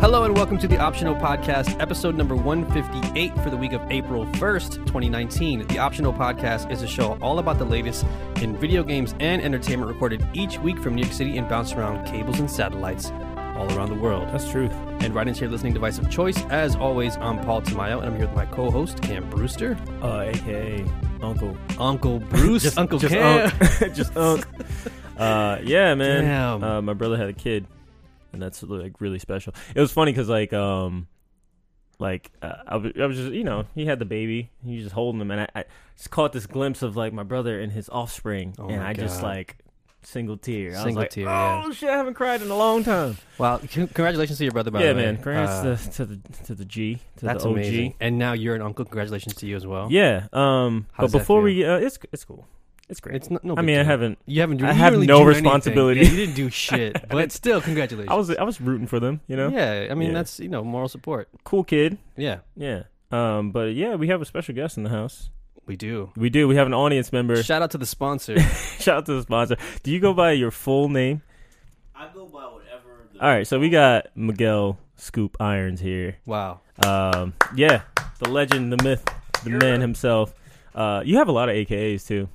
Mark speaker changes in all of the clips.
Speaker 1: Hello and welcome to the Optional Podcast, episode number 158 for the week of April 1st, 2019. The Optional Podcast is a show all about the latest in video games and entertainment recorded each week from New York City and bounced around cables and satellites all around the world.
Speaker 2: That's truth.
Speaker 1: And right into your listening device of choice, as always, I'm Paul Tamayo and I'm here with my co host, Cam Brewster.
Speaker 2: Uh, AKA Uncle.
Speaker 1: Uncle Bruce,
Speaker 2: Just-
Speaker 1: Uncle
Speaker 2: just
Speaker 1: Cam.
Speaker 2: Unc. just Unc. Uh, yeah, man.
Speaker 1: Damn.
Speaker 2: Uh, my brother had a kid, and that's like really special. It was funny because like um, like uh, I, was, I was just you know he had the baby, he was just holding him, and I, I just caught this glimpse of like my brother and his offspring,
Speaker 1: Oh
Speaker 2: and
Speaker 1: my
Speaker 2: I just
Speaker 1: God.
Speaker 2: like single tear. I was
Speaker 1: Single
Speaker 2: like,
Speaker 1: tear,
Speaker 2: Oh
Speaker 1: yeah.
Speaker 2: shit, I haven't cried in a long time.
Speaker 1: Wow, c- congratulations to your brother, by
Speaker 2: yeah,
Speaker 1: the way.
Speaker 2: man. Congrats
Speaker 1: Uh,
Speaker 2: to, to the to the G to
Speaker 1: that's
Speaker 2: the OG.
Speaker 1: amazing. And now you're an uncle. Congratulations to you as well.
Speaker 2: Yeah. Um.
Speaker 1: Oh. How does
Speaker 2: but
Speaker 1: that
Speaker 2: before
Speaker 1: feel?
Speaker 2: we, uh, it's it's cool. It's great.
Speaker 1: It's no, no
Speaker 2: I
Speaker 1: big
Speaker 2: mean, I
Speaker 1: deal.
Speaker 2: haven't.
Speaker 1: You haven't.
Speaker 2: I
Speaker 1: you
Speaker 2: have
Speaker 1: really
Speaker 2: no
Speaker 1: do anything.
Speaker 2: responsibility.
Speaker 1: Yeah, you didn't do shit, but still, congratulations.
Speaker 2: I was I was rooting for them. You know,
Speaker 1: Yeah, I mean
Speaker 2: Yeah.
Speaker 1: that's you know moral support.
Speaker 2: cool kid.
Speaker 1: Yeah,
Speaker 2: Yeah. Um. But yeah, we have a special guest in the house.
Speaker 1: we do.
Speaker 2: We do. We have an audience member.
Speaker 1: Shout out to the sponsor.
Speaker 2: Shout out to the sponsor. Do you go by your full name?
Speaker 3: I go by whatever. The
Speaker 2: All right. So we got Miguel Scoop Irons here.
Speaker 1: wow.
Speaker 2: Um. Yeah. The legend, the myth, the man himself. Uh. You have a lot of AKAs too.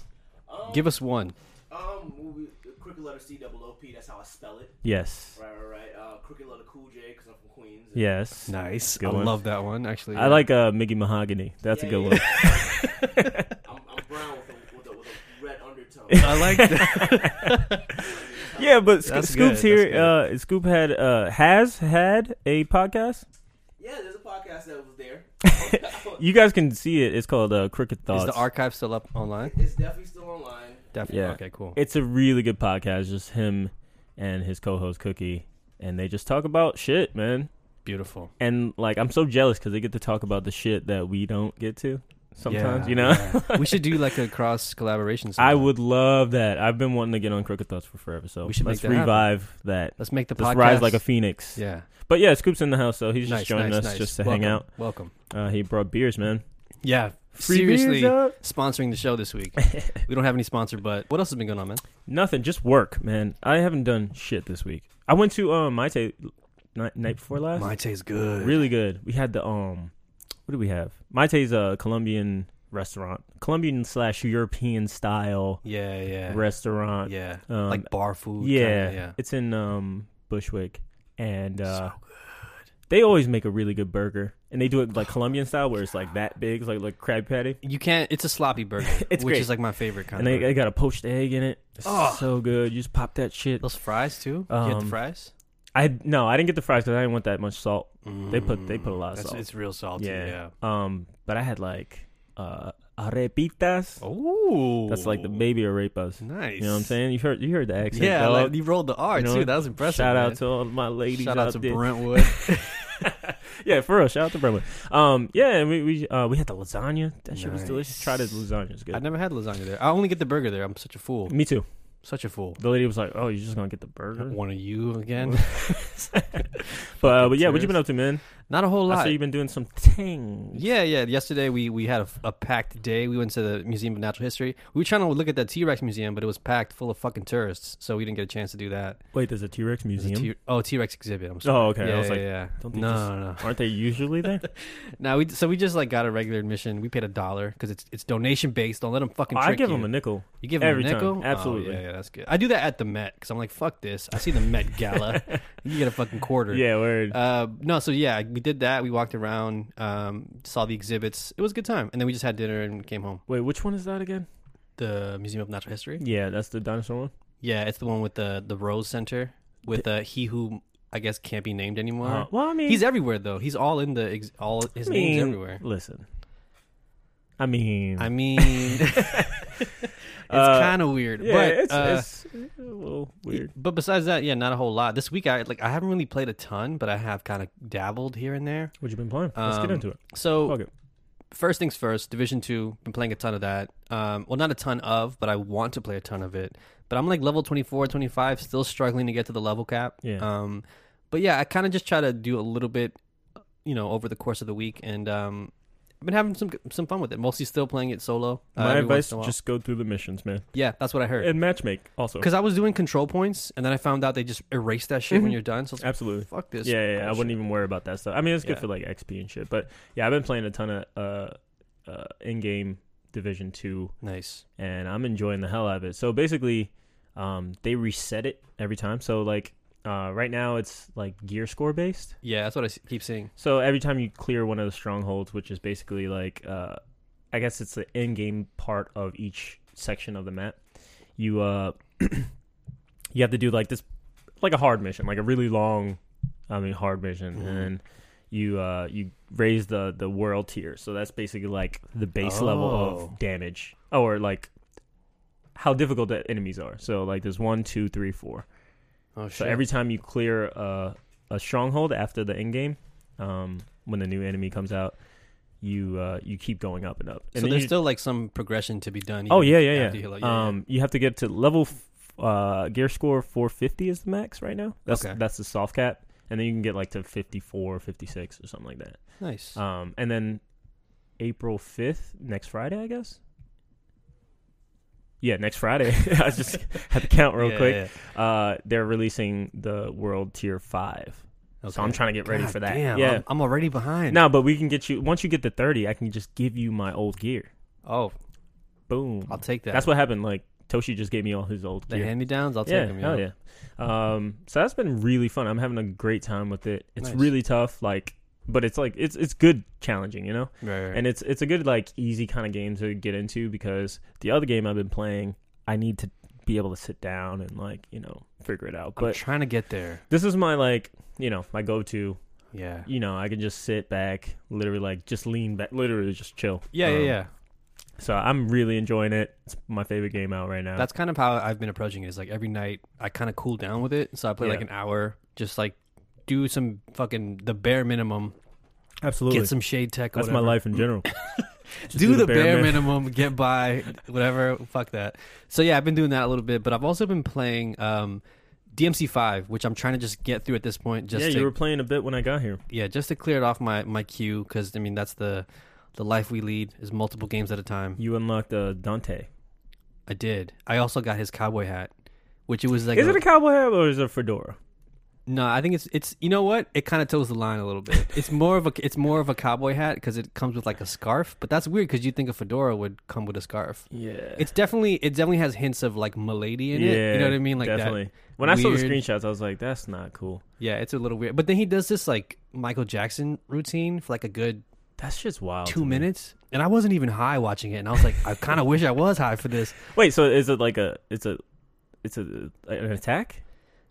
Speaker 3: Um,
Speaker 1: Give us one.
Speaker 3: um we- crooked letter C double O P. That's how I spell it.
Speaker 2: Yes.
Speaker 3: Right, right, right. Uh, crooked letter Cool J because I'm from Queens. and-
Speaker 2: Yes.
Speaker 1: Nice.
Speaker 2: Good
Speaker 1: I
Speaker 2: one.
Speaker 1: love that one. Actually,
Speaker 2: I like uh Miggy Mahogany. That's a
Speaker 3: Yeah,
Speaker 2: good
Speaker 3: yeah,
Speaker 2: one.
Speaker 3: I'm, I'm brown with a, with a, with a red undertone.
Speaker 1: I like that.
Speaker 2: Yeah, but Sco-
Speaker 1: That's
Speaker 2: Scoop's
Speaker 1: good,
Speaker 2: here.
Speaker 1: that's
Speaker 2: Uh, Scoop had uh, has had a podcast.
Speaker 3: yeah, there's a podcast that was there.
Speaker 2: You guys can see it. It's called uh, Cricket Thoughts.
Speaker 1: Is the archive still up online?
Speaker 3: it's definitely still online.
Speaker 1: Definitely.
Speaker 2: Yeah.
Speaker 1: Okay. Cool.
Speaker 2: it's a really good podcast. Just him and his co-host Cookie, and they just talk about shit, man.
Speaker 1: Beautiful.
Speaker 2: And like, I'm so jealous because they get to talk about the shit that we don't get to sometimes.
Speaker 1: Yeah,
Speaker 2: you know,
Speaker 1: yeah. we should do like a cross collaboration.
Speaker 2: I
Speaker 1: sometime.
Speaker 2: would love that. I've been wanting to get on Cricket Thoughts for forever, so
Speaker 1: We should
Speaker 2: let's
Speaker 1: make that happen.
Speaker 2: revive that.
Speaker 1: Let's make the
Speaker 2: Let's
Speaker 1: podcast
Speaker 2: rise like a phoenix.
Speaker 1: Yeah.
Speaker 2: But yeah, Scoop's in the house, so he's
Speaker 1: nice.
Speaker 2: just joining
Speaker 1: nice,
Speaker 2: us
Speaker 1: nice.
Speaker 2: just to
Speaker 1: Welcome,
Speaker 2: hang out.
Speaker 1: Welcome.
Speaker 2: Uh, he brought beers, man.
Speaker 1: Yeah.
Speaker 2: Free beers uh,
Speaker 1: seriously
Speaker 2: up.
Speaker 1: sponsoring the show this week. we don't have any sponsor, but what else has been going on, man?
Speaker 2: Nothing, just work, man. I haven't done shit this week. I went to um my Maite night, night before last.
Speaker 1: tastes good.
Speaker 2: Really good. We had the um what do we have? Maite's a Colombian restaurant. Colombian slash European style
Speaker 1: Yeah, yeah.
Speaker 2: restaurant.
Speaker 1: Yeah.
Speaker 2: Um,
Speaker 1: like bar food.
Speaker 2: yeah,
Speaker 1: kinda, yeah.
Speaker 2: It's in um Bushwick. And uh they always make a really good burger. And they do it like Colombian style where it's like that big, it's like like crab patty.
Speaker 1: You can't. It's a sloppy burger,
Speaker 2: It's
Speaker 1: which
Speaker 2: great.
Speaker 1: is like my favorite kind.
Speaker 2: And
Speaker 1: of
Speaker 2: they,
Speaker 1: burger.
Speaker 2: they got a poached egg in it. It's
Speaker 1: Oh.
Speaker 2: so good. You just pop that shit.
Speaker 1: those fries too. you get the
Speaker 2: Um,
Speaker 1: fries.
Speaker 2: I no, I didn't get the fries because I didn't want that much salt. They put they put a lot of
Speaker 1: That's,
Speaker 2: salt.
Speaker 1: it's real salty. Yeah.
Speaker 2: Um, but I had like uh arepitas.
Speaker 1: Oh,
Speaker 2: That's like the baby arepas.
Speaker 1: Nice.
Speaker 2: You know what I'm saying? You heard you heard the accent.
Speaker 1: Yeah,
Speaker 2: dog.
Speaker 1: like, you rolled the R
Speaker 2: You know
Speaker 1: too.
Speaker 2: what?
Speaker 1: That was impressive.
Speaker 2: Shout
Speaker 1: man.
Speaker 2: out to all my ladies.
Speaker 1: shout out to
Speaker 2: there.
Speaker 1: Brentwood.
Speaker 2: Yeah, for real. Shout out to Brentwood. Um, yeah, and we we uh we had the lasagna. That shit was
Speaker 1: Nice.
Speaker 2: delicious. Try the lasagna. It's
Speaker 1: I
Speaker 2: good. Mm.
Speaker 1: never had lasagna there. I only get the burger there. I'm such a fool.
Speaker 2: Me too.
Speaker 1: Such a fool.
Speaker 2: The lady was like, "Oh, you're just gonna get the burger."
Speaker 1: One of you again.
Speaker 2: Mm-hmm. But uh, but yeah, what
Speaker 1: tourist.
Speaker 2: you been up to, man?
Speaker 1: Not a whole
Speaker 2: I
Speaker 1: lot.
Speaker 2: saw you've been doing some things.
Speaker 1: Yeah, yeah. Yesterday we we had a, a packed day. We went to the Museum of Natural History. We were trying to look at that T Rex museum, but it was packed full of fucking tourists, so we didn't get a chance to do that.
Speaker 2: Wait, there's a T Rex
Speaker 1: There's a
Speaker 2: museum.
Speaker 1: T- oh, T Rex exhibit. I'm sorry.
Speaker 2: oh, okay.
Speaker 1: yeah,
Speaker 2: I was
Speaker 1: yeah,
Speaker 2: like,
Speaker 1: yeah.
Speaker 2: don't they
Speaker 1: no,
Speaker 2: just-
Speaker 1: no, no.
Speaker 2: aren't they usually there?
Speaker 1: No, we so we just like got a regular admission. We paid a dollar because it's it's donation based. Don't let them fucking.
Speaker 2: Oh,
Speaker 1: Trick
Speaker 2: I give
Speaker 1: you.
Speaker 2: them a nickel.
Speaker 1: You give them
Speaker 2: every
Speaker 1: a
Speaker 2: time.
Speaker 1: nickel. Oh,
Speaker 2: Absolutely.
Speaker 1: yeah, yeah, that's good. I do that at the Met because I'm like, fuck this. I see the Met Gala. you get a fucking quarter.
Speaker 2: Yeah, word.
Speaker 1: Uh, no, so yeah, we did that. We walked around, um, saw the exhibits. It was a good time, and then we just had dinner and came home.
Speaker 2: Wait, which one is that again?
Speaker 1: The Museum of Natural History.
Speaker 2: Yeah, that's the dinosaur one.
Speaker 1: Yeah, it's the one with the the Rose Center with uh, he who I guess can't be named anymore.
Speaker 2: Uh, well, I mean,
Speaker 1: He's everywhere though. He's all in the ex- all his
Speaker 2: I
Speaker 1: name's
Speaker 2: mean,
Speaker 1: everywhere.
Speaker 2: Listen, I mean,
Speaker 1: I mean, it's
Speaker 2: Uh,
Speaker 1: kind of weird,
Speaker 2: yeah,
Speaker 1: but
Speaker 2: it's,
Speaker 1: uh,
Speaker 2: it's a little weird.
Speaker 1: but besides that, yeah, not a whole lot. This week I like I haven't really played a ton, but I have kind of dabbled here and there.
Speaker 2: What you been playing? Let's get
Speaker 1: um,
Speaker 2: into it.
Speaker 1: So
Speaker 2: Fuck it.
Speaker 1: first things first, Division Two. Been playing a ton of that. Um, well, not a ton of, but I want to play a ton of it. But I'm like level 24, 25, still struggling to get to the level cap.
Speaker 2: Yeah.
Speaker 1: Um, but yeah, I kind of just try to do a little bit, you know, over the course of the week, and um, I've been having some some fun with it. Mostly still playing it solo. uh,
Speaker 2: My
Speaker 1: every
Speaker 2: advice:
Speaker 1: once in a while.
Speaker 2: just go through the missions, man,
Speaker 1: yeah, that's what I heard.
Speaker 2: and matchmake also.
Speaker 1: Because I was doing control points, and then I found out they just erase that shit when you're done. So it's like,
Speaker 2: Absolutely.
Speaker 1: fuck this.
Speaker 2: Mm-hmm. Yeah, yeah, yeah. I
Speaker 1: bullshit.
Speaker 2: wouldn't even worry about that stuff. I mean, it's good
Speaker 1: Yeah.
Speaker 2: for like XP and shit. But yeah, I've been playing a ton of uh, uh in-game Division Two,
Speaker 1: Nice.
Speaker 2: and I'm enjoying the hell out of it. So basically, um, they reset it every time. So like, uh, right now it's like gear score based.
Speaker 1: Yeah, that's what I s- keep seeing.
Speaker 2: So every time you clear one of the strongholds, which is basically like, uh, I guess it's the in-game part of each section of the map, you uh, you have to do like this, like a hard mission, like a really long, I mean, hard mission,
Speaker 1: Mhm.
Speaker 2: and then you uh, you raise the the world tier. So that's basically like the base level
Speaker 1: Oh.
Speaker 2: of damage, or like how difficult the enemies are. So like there's one, two, three, four.
Speaker 1: Oh shit.
Speaker 2: So every time you clear uh, a stronghold after the end game, um, when the new enemy comes out, you uh, you keep going up and up. And
Speaker 1: so
Speaker 2: then
Speaker 1: there's
Speaker 2: you-
Speaker 1: still like some progression to be done.
Speaker 2: oh
Speaker 1: even
Speaker 2: yeah yeah
Speaker 1: after
Speaker 2: yeah.
Speaker 1: you hit, like-
Speaker 2: um, you have to get to level f- uh, gear score 450 is the max right now. That's
Speaker 1: Okay.
Speaker 2: that's the soft cap, and then you can get like to 54, 56 or something like that.
Speaker 1: yeah. nice.
Speaker 2: Um, and then April 5th, next Friday, I guess. Yeah, next Friday. I just had to count real
Speaker 1: Yeah,
Speaker 2: quick.
Speaker 1: yeah.
Speaker 2: Uh, they're releasing the World Tier Five. So I'm
Speaker 1: Okay.
Speaker 2: trying to get ready
Speaker 1: God
Speaker 2: for that.
Speaker 1: Damn,
Speaker 2: yeah.
Speaker 1: I'm, I'm already behind.
Speaker 2: no, but we can get you once you get to 30, I can just give you my old gear.
Speaker 1: Oh,
Speaker 2: Boom.
Speaker 1: I'll take that.
Speaker 2: That's what happened. Like Toshi just gave me all his old
Speaker 1: the
Speaker 2: gear.
Speaker 1: hand me downs. I'll
Speaker 2: yeah,
Speaker 1: take them.
Speaker 2: hell yeah. Um, so that's been really fun. I'm having a great time with it. It's
Speaker 1: Nice.
Speaker 2: really tough, like, but it's like it's it's good challenging, you know.
Speaker 1: Right, right, right.
Speaker 2: And it's it's a good like easy kind of game to get into because the other game I've been playing, I need to be able to sit down and like you know figure it out.
Speaker 1: I'm
Speaker 2: But
Speaker 1: trying to get there.
Speaker 2: this is my like you know my go to
Speaker 1: Yeah.
Speaker 2: you know, I can just sit back, literally like just lean back, literally just chill.
Speaker 1: Yeah, yeah,
Speaker 2: Um,
Speaker 1: yeah.
Speaker 2: So I'm really enjoying it. It's my favorite game out right now.
Speaker 1: That's kind of how I've been approaching it. Is like every night I kind of cool down with it, so I play like
Speaker 2: Yeah.
Speaker 1: an hour, just like do some fucking the bare minimum,
Speaker 2: absolutely
Speaker 1: get some shade tech. Or
Speaker 2: that's my
Speaker 1: whatever.
Speaker 2: life in general. Just
Speaker 1: do, the bare,
Speaker 2: min-
Speaker 1: minimum, get by, whatever. Fuck that. So yeah, I've been doing that a little bit, but I've also been playing um, DMC five, which I'm trying to just get through at this point. Just
Speaker 2: yeah,
Speaker 1: to,
Speaker 2: you were playing a bit when I got here.
Speaker 1: yeah, just to clear it off my my queue because I mean that's the the life we lead is multiple games at a time.
Speaker 2: You unlocked uh, Dante.
Speaker 1: I did. I also got his cowboy hat, which it was like
Speaker 2: Is
Speaker 1: a-
Speaker 2: it a cowboy hat or is it a fedora?
Speaker 1: No, I think it's it's you know what it kind of toes the line a little bit. It's more of a it's more of a cowboy hat because it comes with like a scarf, but that's weird because you think a fedora would come with a scarf.
Speaker 2: Yeah,
Speaker 1: It's definitely it definitely has hints of like milady in it. You know what I mean? Like
Speaker 2: definitely.
Speaker 1: that.
Speaker 2: When I saw the
Speaker 1: weird-
Speaker 2: screenshots, I was like, "That's not cool.
Speaker 1: Yeah, it's a little weird. But then he does this like Michael Jackson routine for like a good
Speaker 2: That's just wild." to
Speaker 1: two
Speaker 2: me.
Speaker 1: minutes, and I wasn't even high watching it, and I was like, I kind of wish I was high for this.
Speaker 2: Wait, so is it like a? It's a. It's a an attack.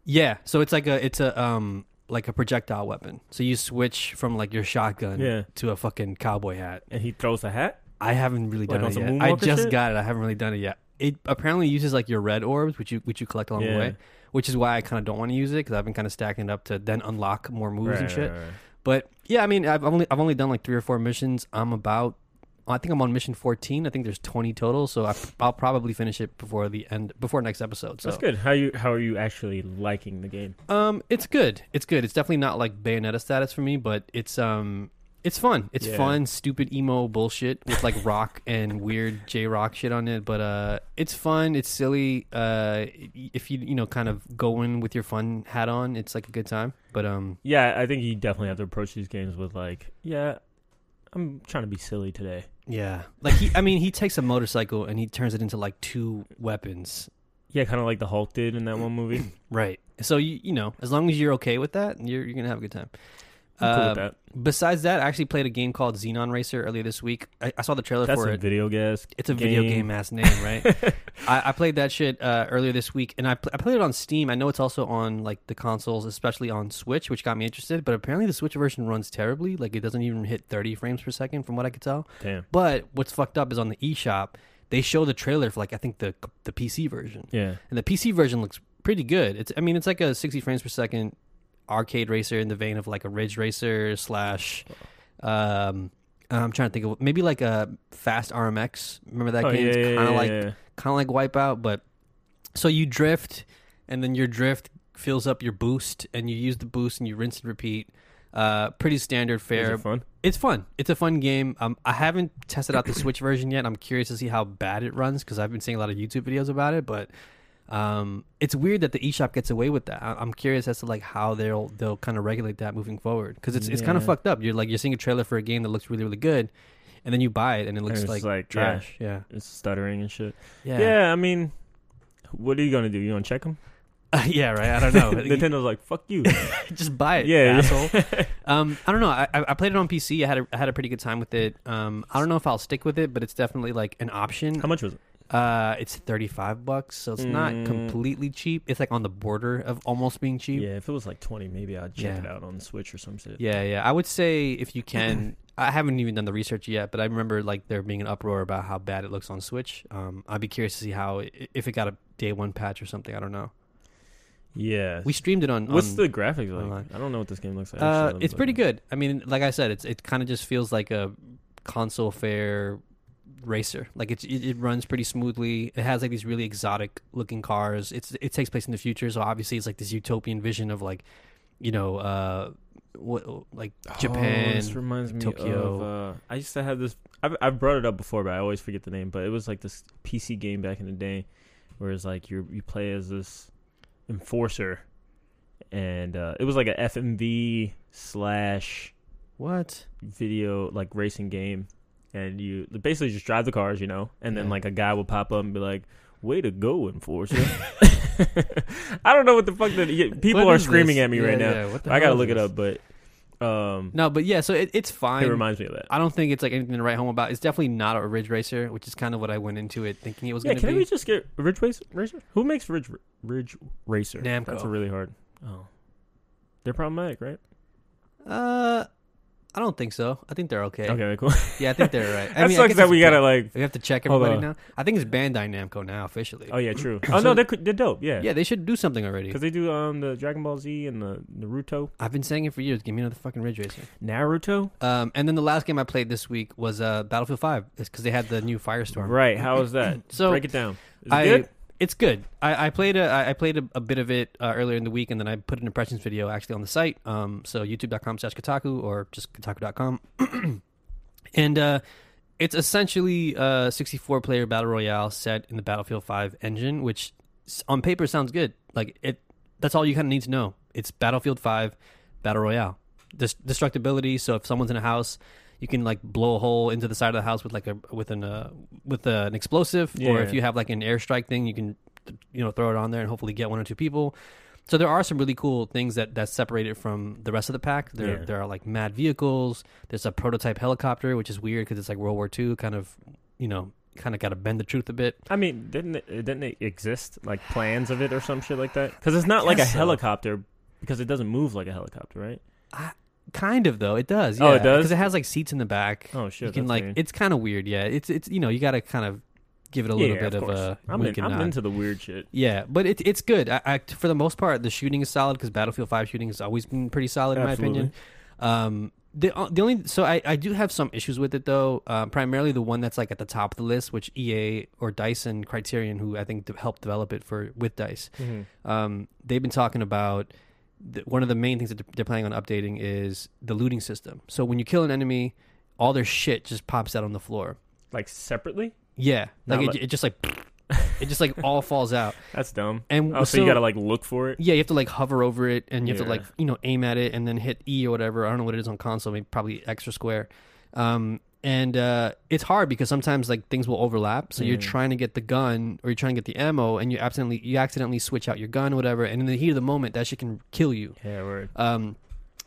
Speaker 1: Yeah, so it's like a it's a um like a projectile weapon. So you switch from like your shotgun
Speaker 2: Yeah.
Speaker 1: to a fucking cowboy hat.
Speaker 2: And he throws a hat.
Speaker 1: I haven't really
Speaker 2: Like
Speaker 1: done
Speaker 2: on
Speaker 1: it
Speaker 2: some
Speaker 1: yet. I
Speaker 2: moonwalker
Speaker 1: just
Speaker 2: shit?
Speaker 1: got it. I haven't really done it yet. It apparently uses like your red orbs, which you which you collect along the
Speaker 2: Yeah.
Speaker 1: way, which is why I kind of don't want to use it because I've been kind of stacking it up to then unlock more moves and
Speaker 2: Right,
Speaker 1: shit.
Speaker 2: right, right.
Speaker 1: But yeah, I mean, I've only I've only done like three or four missions. I'm about. I think I'm on mission 14. I think there's 20 total, so I, I'll probably finish it before the end, before next episode. So
Speaker 2: That's good. How you how are you actually liking the game?
Speaker 1: Um, it's good. It's good. It's definitely not like Bayonetta status for me, but it's um, it's fun. It's
Speaker 2: Yeah.
Speaker 1: fun, stupid emo bullshit with like rock and weird J rock shit on it. But uh, it's fun. It's silly. Uh, if you you know kind of go in with your fun hat on, it's like a good time. But um,
Speaker 2: Yeah, I think you definitely have to approach these games with like, yeah, I'm trying to be silly today.
Speaker 1: yeah, like he. I mean, he takes a motorcycle and he turns it into like two weapons.
Speaker 2: Yeah, kind of like the Hulk did in that one movie.
Speaker 1: Right. So you you know as long as you're okay with that, you're you're gonna have a good time.
Speaker 2: I'm cool
Speaker 1: Um,
Speaker 2: with that.
Speaker 1: Besides that, I actually played a game called Xenon Racer earlier this week. I, I saw the trailer
Speaker 2: That's
Speaker 1: for
Speaker 2: a
Speaker 1: it.
Speaker 2: video guess.
Speaker 1: It's a video game ass name, right? I, I played that shit uh, earlier this week, and I, pl- I played it on Steam. I know it's also on like the consoles, especially on Switch, which got me interested. But apparently, the Switch version runs terribly. Like it doesn't even hit 30 frames per second, from what I could tell.
Speaker 2: Damn.
Speaker 1: But what's fucked up is on the eShop, they show the trailer for like I think the the PC version,
Speaker 2: Yeah.
Speaker 1: and the PC version looks pretty good. It's I mean it's like a 60 frames per second arcade racer in the vein of like a Ridge Racer slash. Um, I'm trying to think of maybe like a Fast RMX. Remember that
Speaker 2: oh,
Speaker 1: game?
Speaker 2: yeah,
Speaker 1: It's
Speaker 2: yeah,
Speaker 1: kind
Speaker 2: yeah,
Speaker 1: of like
Speaker 2: yeah.
Speaker 1: kind of like Wipeout, but so you drift, and then your drift fills up your boost, and you use the boost and you rinse and repeat. Uh, pretty standard
Speaker 2: Is
Speaker 1: fare.
Speaker 2: it fun?
Speaker 1: It's fun. It's a fun game. Um, I haven't tested out the Switch version yet. I'm curious to see how bad it runs because I've been seeing a lot of YouTube videos about it. But um, it's weird that the eShop gets away with that. I- I'm curious as to like how they'll they'll kind of regulate that moving forward because it's it's kind of
Speaker 2: Yeah.
Speaker 1: fucked up. You're like you're seeing a trailer for a game that looks really really good, and then you buy it and it looks
Speaker 2: it's
Speaker 1: like,
Speaker 2: like
Speaker 1: trash. Yeah.
Speaker 2: It's stuttering and shit.
Speaker 1: Yeah.
Speaker 2: Yeah. I mean, what are you gonna do? You gonna check them?
Speaker 1: yeah. Right. I don't know. You-
Speaker 2: Nintendo's like, fuck you.
Speaker 1: just buy it,
Speaker 2: Yeah, yeah.
Speaker 1: asshole. um, I don't know. I, I I played it on PC. I had a, I had a pretty good time with it. Um, I don't know if I'll stick with it, but it's definitely like an option.
Speaker 2: How much was it?
Speaker 1: Uh, it's thirty five bucks, so it's not
Speaker 2: Mm.
Speaker 1: completely cheap. It's like on the border of almost being cheap.
Speaker 2: Yeah, if it was like twenty, maybe I'd check
Speaker 1: Yeah.
Speaker 2: it out on Switch or some shit.
Speaker 1: yeah, yeah. I would say if you can. I haven't even done the research yet, but I remember like there being an uproar about how bad it looks on Switch. Um, I'd be curious to see how i- if it got a day one patch or something. I don't know.
Speaker 2: Yeah.
Speaker 1: We streamed it on.
Speaker 2: What's
Speaker 1: on,
Speaker 2: the graphics like?
Speaker 1: online.
Speaker 2: I don't know what this game looks like.
Speaker 1: Uh, it's pretty good. I mean, like I said, it's it kind of just feels like a console fair racer. Like it's it, it runs pretty smoothly. It has like these really exotic looking cars. It's it takes place in the future, so obviously it's like this utopian vision of like, you know, uh, what like
Speaker 2: Oh,
Speaker 1: Japan.
Speaker 2: this reminds me
Speaker 1: Tokyo.
Speaker 2: of. Uh, I used to have this. I've, I've brought it up before, but I always forget the name. But it was like this PC game back in the day, where it's like you you play as this enforcer, and uh, it was like a FMV slash
Speaker 1: what?
Speaker 2: video like racing game, and you basically just drive the cars, you know, and then
Speaker 1: Yeah.
Speaker 2: like a guy will pop up and be like, "Way to go, enforcer." I don't know what the fuck that yeah, people
Speaker 1: What
Speaker 2: are
Speaker 1: is
Speaker 2: screaming
Speaker 1: this?
Speaker 2: at me
Speaker 1: Yeah,
Speaker 2: right now.
Speaker 1: yeah, what the
Speaker 2: I gotta
Speaker 1: hell is
Speaker 2: look it
Speaker 1: this?
Speaker 2: up, but um,
Speaker 1: No, but yeah, so it, it's fine.
Speaker 2: it reminds me of that.
Speaker 1: I don't think it's like anything to write home about. It's definitely not a ridge racer, which is kind of what I went into it thinking it was
Speaker 2: Yeah,
Speaker 1: going to
Speaker 2: can
Speaker 1: be.
Speaker 2: we just get Ridge Racer? Racer? Who makes Ridge Ra- Ridge Racer?
Speaker 1: Namco.
Speaker 2: That's a really hard. Oh, they're problematic, right?
Speaker 1: uh, I don't think so. I think they're okay.
Speaker 2: Okay, cool.
Speaker 1: Yeah, I think they're right. I
Speaker 2: that
Speaker 1: mean, I
Speaker 2: sucks
Speaker 1: guess
Speaker 2: that
Speaker 1: it's
Speaker 2: we
Speaker 1: bad.
Speaker 2: gotta like.
Speaker 1: We have to check
Speaker 2: Hold
Speaker 1: everybody
Speaker 2: on.
Speaker 1: now. I think it's Bandai Namco now officially.
Speaker 2: Oh yeah, true. Oh no, they're they're dope. Yeah,
Speaker 1: yeah, they should do something already.
Speaker 2: because they do um the Dragon Ball Z and the Naruto.
Speaker 1: I've been saying it for years. Give me another fucking Ridge Racer.
Speaker 2: Naruto.
Speaker 1: Um, and then the last game I played this week was uh, Battlefield Five, because they had the new Firestorm.
Speaker 2: Right. How is that?
Speaker 1: So,
Speaker 2: break it down. Is it
Speaker 1: I,
Speaker 2: good?
Speaker 1: It's good. I, I played a, I I played a, a bit of it uh, earlier in the week, and then I put an impressions video actually on the site. Um, so youtube.com slash Kotaku or just Kotaku.com. and uh, it's essentially a 64 player battle royale set in the Battlefield 5 engine, which s- on paper sounds good. Like it, that's all you kind of need to know. It's Battlefield 5 battle royale. Des- destructibility. So if someone's in a house, you can like blow a hole into the side of the house with like a with an uh, with uh, an explosive, or if
Speaker 2: Yeah.
Speaker 1: you have like an airstrike thing, you can you know throw it on there and hopefully get one or two people. So there are some really cool things that that separate it from the rest of the pack. There
Speaker 2: Yeah.
Speaker 1: there are like mad vehicles. There's a prototype helicopter, which is weird because it's like World War II, kind of you know kind of got to bend the truth a bit.
Speaker 2: I mean, didn't it, didn't it exist like plans of it or some shit like that? Because it's not like a
Speaker 1: guess so.
Speaker 2: helicopter because it doesn't move like a helicopter, right?
Speaker 1: Kind of though, it does.
Speaker 2: Oh, it does?
Speaker 1: because it has like seats in the back.
Speaker 2: Oh shit.
Speaker 1: you can
Speaker 2: that's
Speaker 1: like
Speaker 2: weird.
Speaker 1: it's kind of weird. Yeah, it's it's you know you got to kind of give it a
Speaker 2: Yeah,
Speaker 1: little
Speaker 2: yeah,
Speaker 1: bit of,
Speaker 2: course.
Speaker 1: a
Speaker 2: I'm,
Speaker 1: wink
Speaker 2: in,
Speaker 1: and
Speaker 2: I'm
Speaker 1: nod.
Speaker 2: into the weird shit.
Speaker 1: Yeah, but it, it's good. I, I, for the most part, the shooting is solid because Battlefield Five shooting has always been pretty solid in
Speaker 2: Absolutely.
Speaker 1: my opinion. Um, the uh, the only so I, I do have some issues with it though. Uh, primarily the one that's like at the top of the list, which EA or Dyson Criterion, who I think de- helped develop it for with Dice, um, they've been talking about th- one of the main things that they're planning on updating is the looting system. So when you kill an enemy, all their shit just pops out on the floor.
Speaker 2: Like separately?
Speaker 1: Yeah,
Speaker 2: Not
Speaker 1: like it,
Speaker 2: like-
Speaker 1: it just like it just like all falls out.
Speaker 2: That's dumb.
Speaker 1: And
Speaker 2: Oh, so,
Speaker 1: so-
Speaker 2: you gotta like look for it.
Speaker 1: yeah, you have to like hover over it, and you have to
Speaker 2: Yeah.
Speaker 1: like you know aim at it, and then hit E or whatever. I don't know what it is on console, maybe probably X or square. Um, and uh, it's hard because sometimes like things will overlap. So you're
Speaker 2: Yeah.
Speaker 1: trying to get the gun or you're trying to get the ammo, and you accidentally you accidentally switch out your gun or whatever. And in the heat of the moment, that shit can kill you.
Speaker 2: Yeah, word.
Speaker 1: Um,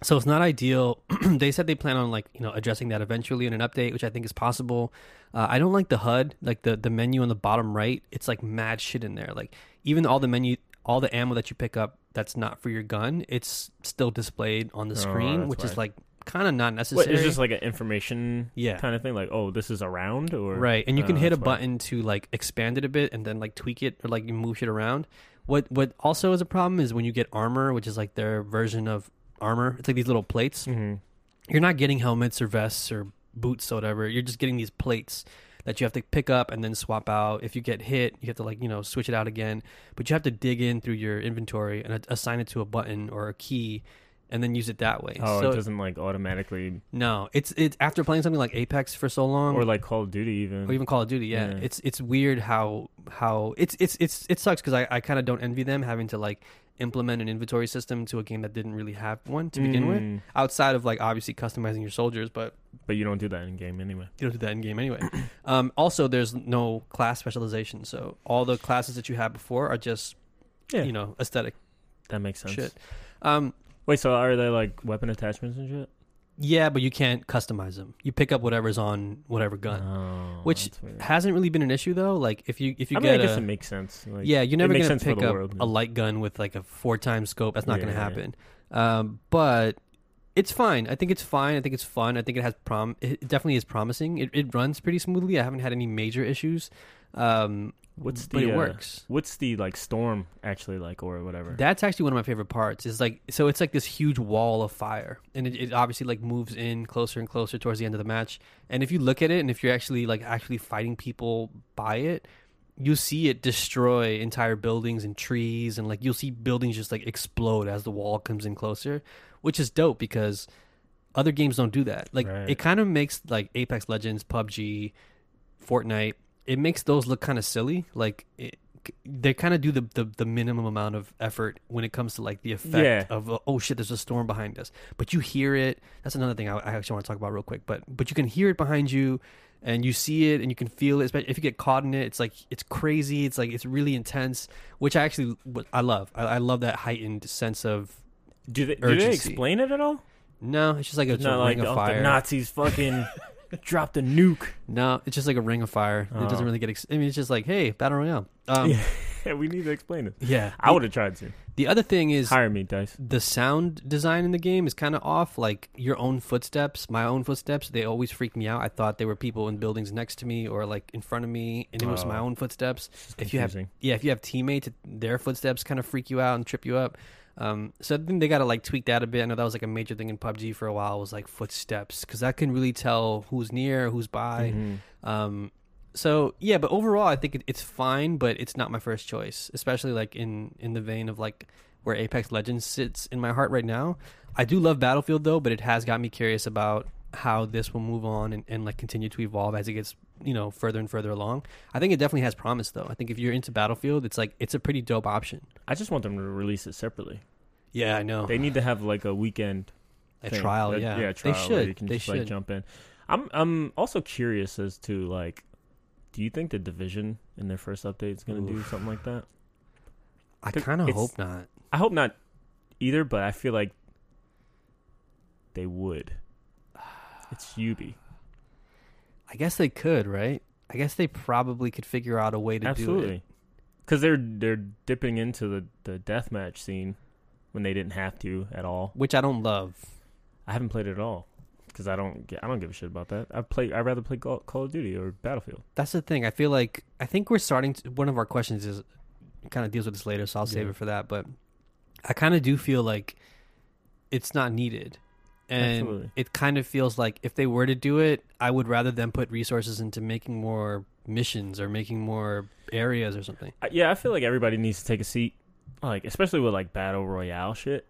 Speaker 1: so it's not ideal. they said they plan on like you know addressing that eventually in an update, which I think is possible. Uh, I don't like the HUD, like the the menu on the bottom right. It's like mad shit in there. Like even all the menu, all the ammo that you pick up that's not for your gun, it's still displayed on the
Speaker 2: Oh,
Speaker 1: screen,
Speaker 2: that's
Speaker 1: which is
Speaker 2: why.
Speaker 1: like kind of not necessary.
Speaker 2: What, it's just like an information
Speaker 1: Yeah.
Speaker 2: kind of thing. Like, oh, this is around, or
Speaker 1: Right, and you
Speaker 2: Oh,
Speaker 1: can hit a
Speaker 2: that's why.
Speaker 1: button to like expand it a bit, and then like tweak it or like you move shit around. What what also is a problem is when you get armor, which is like their version of armor. It's like these little plates
Speaker 2: Mhm.
Speaker 1: you're not getting helmets or vests or boots or whatever. You're just getting these plates that you have to pick up and then swap out. If you get hit, you have to like you know switch it out again. But you have to dig in through your inventory and a- assign it to a button or a key and then use it that way.
Speaker 2: Oh,
Speaker 1: so
Speaker 2: it doesn't like automatically
Speaker 1: no, it's it's after playing something like Apex for so long,
Speaker 2: or like Call of Duty even.
Speaker 1: or even Call of Duty. Yeah,
Speaker 2: Yeah.
Speaker 1: it's it's weird how how it's it's it's it sucks because I I kind of don't envy them having to like implement an inventory system to a game that didn't really have one to begin with.
Speaker 2: Mm,
Speaker 1: Outside of like obviously customizing your soldiers, but
Speaker 2: but you don't do that in game anyway.
Speaker 1: you don't do that in game anyway. um, also, there's no class specialization, so all the classes that you had before are just
Speaker 2: Yeah,
Speaker 1: you know aesthetic
Speaker 2: that makes sense.
Speaker 1: shit. Um,
Speaker 2: Wait, so are they like weapon attachments and shit?
Speaker 1: yeah, but you can't customize them. You pick up whatever's on whatever gun.
Speaker 2: Oh,
Speaker 1: Which
Speaker 2: that's weird.
Speaker 1: Hasn't really been an issue though. Like if you if you
Speaker 2: I mean,
Speaker 1: get
Speaker 2: I guess
Speaker 1: a,
Speaker 2: it makes sense. Like,
Speaker 1: yeah, you're
Speaker 2: it
Speaker 1: never
Speaker 2: makes
Speaker 1: gonna
Speaker 2: sense for
Speaker 1: pick
Speaker 2: the
Speaker 1: up
Speaker 2: world, yeah.
Speaker 1: a light gun with like a four times scope. That's not
Speaker 2: Yeah,
Speaker 1: gonna
Speaker 2: yeah, yeah.
Speaker 1: happen. Um, but it's fine. I think it's fine. I think it's fun. I think it has prom. It definitely is promising. It, it runs pretty smoothly. I haven't had any major issues. Um,
Speaker 2: What's the
Speaker 1: but it
Speaker 2: uh,
Speaker 1: works.
Speaker 2: What's the like storm actually like or whatever?
Speaker 1: That's actually one of my favorite parts. Is like so it's like this huge wall of fire, and it, it obviously like moves in closer and closer towards the end of the match. And if you look at it, and if you're actually like actually fighting people by it, you see it destroy entire buildings and trees, and like you'll see buildings just like explode as the wall comes in closer, which is dope because other games don't do that. Like
Speaker 2: Right.
Speaker 1: it kind of makes like Apex Legends, PUBG, Fortnite. It makes those look kind of silly. Like it, they kind of do the, the the minimum amount of effort when it comes to like the effect
Speaker 2: Yeah.
Speaker 1: of uh, oh shit, there's a storm behind us. But you hear it. That's another thing I, I actually want to talk about real quick. But but you can hear it behind you, and you see it, and you can feel it. Especially if you get caught in it, it's like it's crazy. It's like it's really intense, which I actually what I love. I, I love that heightened sense of
Speaker 2: do they do they
Speaker 1: urgency.
Speaker 2: explain it at all?
Speaker 1: no. It's just like a,
Speaker 2: It's
Speaker 1: it's a
Speaker 2: not like
Speaker 1: ring of
Speaker 2: oh,
Speaker 1: fire.
Speaker 2: the Nazis fucking dropped a nuke.
Speaker 1: no, it's just like a ring of fire. It
Speaker 2: Oh.
Speaker 1: doesn't really get. Ex- I mean, it's just like hey, battle royale. Um, yeah.
Speaker 2: Yeah. we need to explain it. I
Speaker 1: The-
Speaker 2: would have tried to
Speaker 1: The other thing is
Speaker 2: hire me, dice.
Speaker 1: the sound design in the game is kind of off. Like your own footsteps, my own footsteps, they always freaked me out. I thought they were people in buildings next to me or like in front of me, and it was
Speaker 2: Oh.
Speaker 1: my own footsteps.
Speaker 2: It's just
Speaker 1: If you have-
Speaker 2: confusing.
Speaker 1: Yeah, if you have teammates, their footsteps kind of freak you out and trip you up. Um, so I think they got to like tweak that a bit. I know that was like a major thing in PUBG for a while was like footsteps because that can really tell who's near, who's by.
Speaker 2: Mhm.
Speaker 1: Um, so yeah, but overall, I think it, it's fine, but it's not my first choice, especially like in in the vein of like where Apex Legends sits in my heart right now. I do love Battlefield though, but it has got me curious about how this will move on and, and like continue to evolve as it gets you know further and further along. I think it definitely has promise though. I think if you're into Battlefield, it's like it's a pretty dope option.
Speaker 2: I just want them to release it separately.
Speaker 1: Yeah, I know.
Speaker 2: They need to have like a weekend
Speaker 1: a
Speaker 2: thing.
Speaker 1: trial,
Speaker 2: Like,
Speaker 1: yeah.
Speaker 2: yeah, a trial
Speaker 1: they
Speaker 2: Where
Speaker 1: should.
Speaker 2: you can
Speaker 1: they
Speaker 2: just
Speaker 1: should.
Speaker 2: like jump in. I'm I'm also curious as to like, do you think the division in their first update is going to do something like that?
Speaker 1: I
Speaker 2: Cause
Speaker 1: kind of
Speaker 2: it's-
Speaker 1: hope not.
Speaker 2: I hope not either, but I feel like they would. It's Yubi.
Speaker 1: I guess they could, right? I guess they probably could figure out a way to do it.
Speaker 2: Absolutely. Because they're they're dipping into the, the deathmatch scene when they didn't have to at all.
Speaker 1: which I don't love.
Speaker 2: I haven't played it at all because I don't gi- I don't give a shit about that. I play I'd rather play Call, Call of Duty or Battlefield.
Speaker 1: That's the thing. I feel like I think we're starting. To, one of our questions is kind of deals with this later, so I'll save
Speaker 2: Yeah.
Speaker 1: it for that. But I kind of do feel like it's not needed, and
Speaker 2: Absolutely.
Speaker 1: it kind of feels like if they were to do it, I would rather them put resources into making more missions or making more areas or something.
Speaker 2: I, yeah, I feel like everybody needs to take a seat, like especially with like battle royale shit,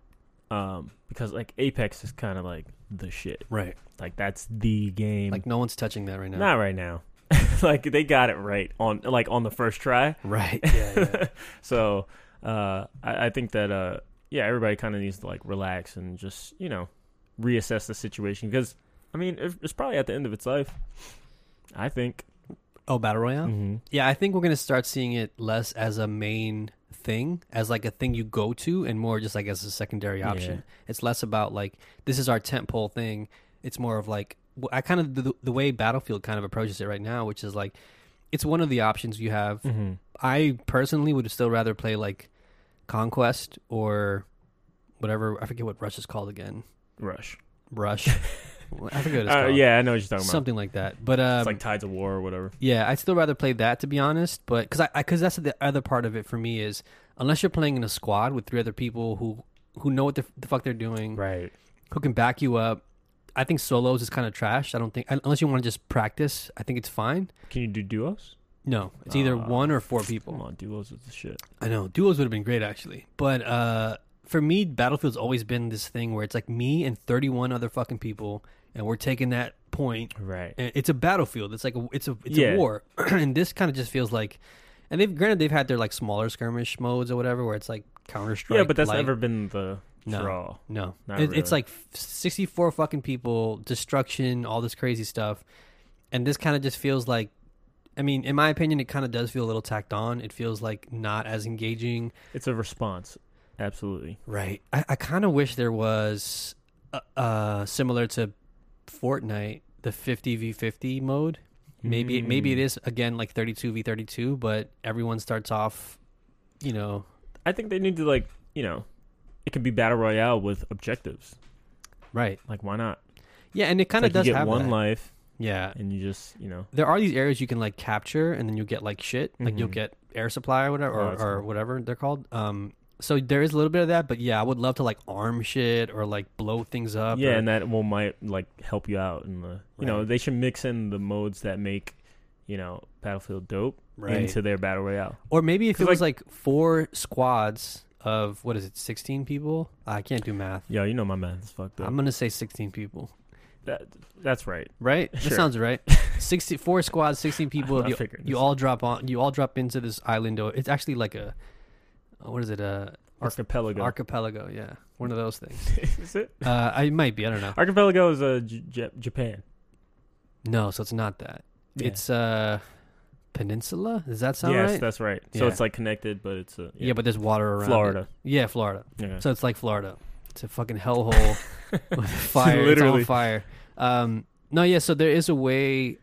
Speaker 2: um, because like Apex is kind of like the shit.
Speaker 1: Right.
Speaker 2: Like that's the game.
Speaker 1: Like no one's touching that right now.
Speaker 2: Not right now. like they got it right on like on the first try.
Speaker 1: Right. Yeah. yeah.
Speaker 2: so uh, I, I think that uh, yeah, everybody kind of needs to like relax and just you know reassess the situation because I mean it- it's probably at the end of its life. I think.
Speaker 1: oh, battle royale.
Speaker 2: Mm-hmm.
Speaker 1: Yeah, I think we're gonna start seeing it less as a main thing, as like a thing you go to, and more just like as a secondary
Speaker 2: Yeah.
Speaker 1: option. It's less about like this is our tentpole thing. It's more of like wh- I kind of the, the way Battlefield kind of approaches it right now, which is like it's one of the options you have.
Speaker 2: Mm-hmm.
Speaker 1: I personally would still rather play like Conquest or whatever I forget what Rush is called again.
Speaker 2: Rush.
Speaker 1: Rush. I forget what it's
Speaker 2: Uh,
Speaker 1: called.
Speaker 2: yeah, I know what you're talking about.
Speaker 1: something like that. But um,
Speaker 2: it's like Tides of War or whatever.
Speaker 1: yeah, I'd still rather play that to be honest, but because I because that's the other part of it for me is unless you're playing in a squad with three other people who who know what the, the fuck they're doing,
Speaker 2: Right.
Speaker 1: who can back you up. I think solos is kind of trash. I don't think unless you want to just practice. I think it's fine.
Speaker 2: Can you do duos?
Speaker 1: No, it's either
Speaker 2: Ah.
Speaker 1: one or four
Speaker 2: Come
Speaker 1: people.
Speaker 2: on, duos is the shit.
Speaker 1: I know duos would have been great actually, but uh, for me, Battlefield's always been this thing where it's like me and 31 other fucking people, and we're taking that point.
Speaker 2: Right.
Speaker 1: And it's a battlefield. It's like a, it's a it's
Speaker 2: Yeah.
Speaker 1: a war, and this kind of just feels like. And they've granted they've had their like smaller skirmish modes or whatever where it's like Counter Strike.
Speaker 2: yeah, but that's never been the
Speaker 1: No.
Speaker 2: draw.
Speaker 1: No,
Speaker 2: Not
Speaker 1: it, it's
Speaker 2: really.
Speaker 1: like sixty-four fucking people, destruction, all this crazy stuff, and this kind of just feels like. I mean, in my opinion, it kind of does feel a little tacked on. It feels like not as engaging.
Speaker 2: It's a response. Absolutely.
Speaker 1: Right. I, I kind of wish there was, uh, uh, similar to Fortnite, the fifty v fifty mode. Maybe maybe it
Speaker 2: Mm.
Speaker 1: is again like thirty-two v thirty-two, but everyone starts off, you know,
Speaker 2: I think they need to like you know, it can be battle royale with objectives.
Speaker 1: right.
Speaker 2: Like why not?
Speaker 1: Yeah, and it kind of
Speaker 2: Like,
Speaker 1: does
Speaker 2: you get
Speaker 1: have
Speaker 2: one
Speaker 1: that.
Speaker 2: life
Speaker 1: Yeah,
Speaker 2: and you just you know
Speaker 1: there are these areas you can like capture and then you'll get like shit like you'll
Speaker 2: Mhm.
Speaker 1: get air supply or whatever
Speaker 2: Oh,
Speaker 1: or,
Speaker 2: that's
Speaker 1: or
Speaker 2: cool.
Speaker 1: whatever they're called um so there is a little bit of that but yeah i would love to like arm shit or like blow things up
Speaker 2: yeah,
Speaker 1: or-
Speaker 2: and that will might like help you out in the you know
Speaker 1: Right.
Speaker 2: they should mix in the modes that make you know Battlefield dope
Speaker 1: Right.
Speaker 2: into their battle royale.
Speaker 1: or maybe if it
Speaker 2: 'cause,
Speaker 1: was like four squads of what is it 16 people Ah, i can't do math
Speaker 2: Yo, you know my math is fucked up.
Speaker 1: i'm gonna say 16 people
Speaker 2: that, that's right.
Speaker 1: right that
Speaker 2: Sure.
Speaker 1: sounds right 60 four squads 16 people
Speaker 2: I
Speaker 1: you,
Speaker 2: figured
Speaker 1: you
Speaker 2: this
Speaker 1: all drop on you all drop into this island or it's actually like a uh, what is it a
Speaker 2: Archipelago.
Speaker 1: archipelago yeah one of those things
Speaker 2: is it?
Speaker 1: uh i it might be i don't know
Speaker 2: Archipelago is uh, J- J- Japan.
Speaker 1: No, so it's not that.
Speaker 2: Yeah.
Speaker 1: It's uh peninsula. Does that sound
Speaker 2: yes,
Speaker 1: right?
Speaker 2: that's right. So
Speaker 1: Yeah.
Speaker 2: it's like connected, but it's uh,
Speaker 1: yeah. but there's water around. it.
Speaker 2: Florida.
Speaker 1: Yeah, Florida.
Speaker 2: Yeah.
Speaker 1: So it's like Florida. It's a fucking hellhole with fire. It's
Speaker 2: Literally.
Speaker 1: on fire. Um, no, yeah. So there is a way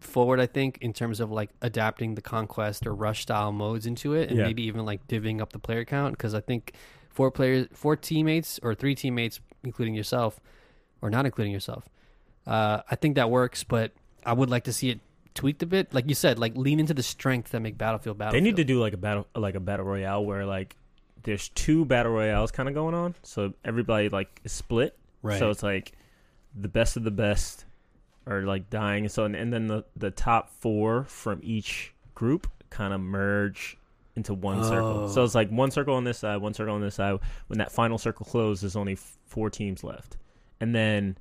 Speaker 1: forward, I think, in terms of like adapting the conquest or rush style modes into it, and
Speaker 2: Yeah.
Speaker 1: maybe even like divvying up the player count because I think four players, four teammates, or three teammates, including yourself, or not including yourself. Uh, I think that works, but I would like to see it tweaked a bit, like you said, like lean into the strength that make Battlefield
Speaker 2: they
Speaker 1: Battlefield.
Speaker 2: need to do like a battle, like a battle royale where like there's two battle royales kind of going on. So everybody like is split.
Speaker 1: right.
Speaker 2: So it's like the best of the best are like dying. So and, and then the the top four from each group kind of merge into one
Speaker 1: Oh.
Speaker 2: circle. So it's like one circle on this side, one circle on this side. When that final circle closes, there's only f- four teams left, and then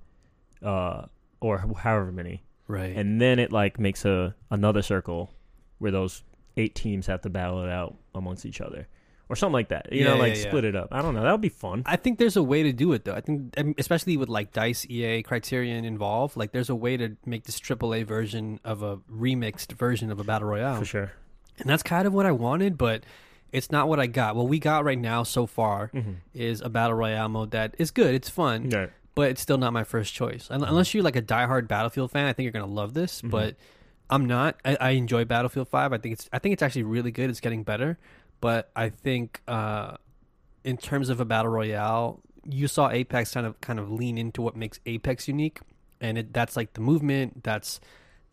Speaker 2: uh or h- however many,
Speaker 1: right.
Speaker 2: and then it like makes a another circle where those eight teams have to battle it out amongst each other. Or something like that, you
Speaker 1: Yeah,
Speaker 2: know, like
Speaker 1: yeah, yeah.
Speaker 2: split it up. I don't know. That would be fun.
Speaker 1: I think there's a way to do it though. I think, um, especially with like Dice, EA, Criterion involved, like there's a way to make this AAA version of a remixed version of a battle royale,
Speaker 2: for sure.
Speaker 1: and that's kind of what I wanted, but it's not what I got. What we got right now so far
Speaker 2: Mm-hmm.
Speaker 1: is a battle royale mode that is good, it's fun,
Speaker 2: Yeah.
Speaker 1: but it's still not my first choice. Un- Unless you're like a diehard Battlefield fan, I think you're gonna love this. But I'm not. I, I enjoy Battlefield Five. I think it's. I think it's actually really good. It's getting better. But I think uh, in terms of a battle royale, you saw Apex kind of kind of lean into what makes Apex unique, and it, that's like the movement. That's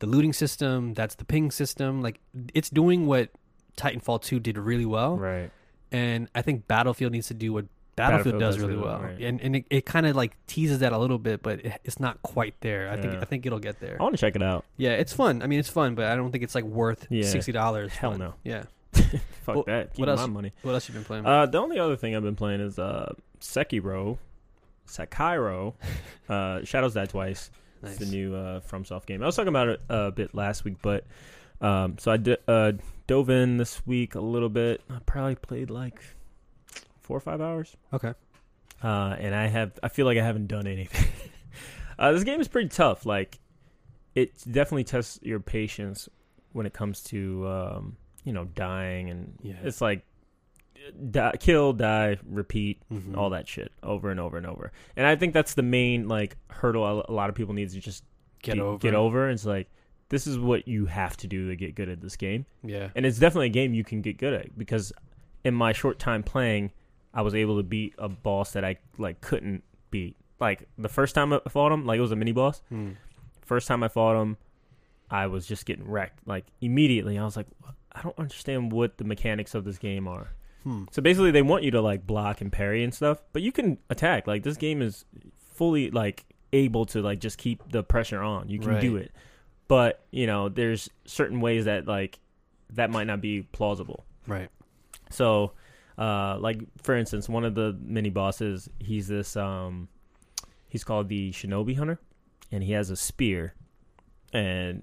Speaker 1: the looting system. That's the ping system. Like it's doing what Titanfall Two did really well
Speaker 2: Right.
Speaker 1: and I think Battlefield needs to do what Battlefield,
Speaker 2: Battlefield
Speaker 1: does,
Speaker 2: does
Speaker 1: really
Speaker 2: really
Speaker 1: well,
Speaker 2: well, right.
Speaker 1: and and it, it kind of like teases that a little bit, but it, it's not quite there. I think
Speaker 2: Yeah.
Speaker 1: I think it'll get there.
Speaker 2: I want to check it out.
Speaker 1: Yeah, it's fun. I mean, it's fun, but I don't think it's like worth
Speaker 2: Yeah.
Speaker 1: sixty dollars.
Speaker 2: Hell no.
Speaker 1: Yeah.
Speaker 2: Fuck
Speaker 1: Well,
Speaker 2: that. Keep
Speaker 1: what else-
Speaker 2: my money.
Speaker 1: What else you been playing?
Speaker 2: Uh, the only other thing I've been playing is uh, Sekiro. Sekiro. uh, Shadows Die Twice.
Speaker 1: nice.
Speaker 2: It's the new uh, FromSoft game. I was talking about it uh, a bit last week, but um, so I di- uh, dove in this week a little bit. I probably played like four or five hours.
Speaker 1: Okay.
Speaker 2: Uh, and I have, I feel like I haven't done anything. uh, this game is pretty tough. Like, it definitely tests your patience when it comes to um, you know dying, and
Speaker 1: Yeah.
Speaker 2: it's like uh, die, kill, die, repeat
Speaker 1: Mhm.
Speaker 2: all that shit over and over and over. And I think that's the main like hurdle a- a lot of people need to just
Speaker 1: Get over.
Speaker 2: Get over. It's like this is what you have to do to get good at this game,
Speaker 1: Yeah.
Speaker 2: and it's definitely a game you can get good at because in my short time playing, I was able to beat a boss that I like couldn't beat. Like the first time I fought him, like it was a mini boss.
Speaker 1: Mm.
Speaker 2: First time I fought him, I was just getting wrecked. Like immediately, I was like, I don't understand what the mechanics of this game are.
Speaker 1: Hmm.
Speaker 2: So basically, they want you to like block and parry and stuff, but you can attack. Like this game is fully like able to like just keep the pressure on. You can do
Speaker 1: Right.
Speaker 2: it, but you know there's certain ways that like that might not be plausible.
Speaker 1: Right.
Speaker 2: So uh, like for instance, one of the mini bosses, he's this um, he's called the Shinobi Hunter, and he has a spear, and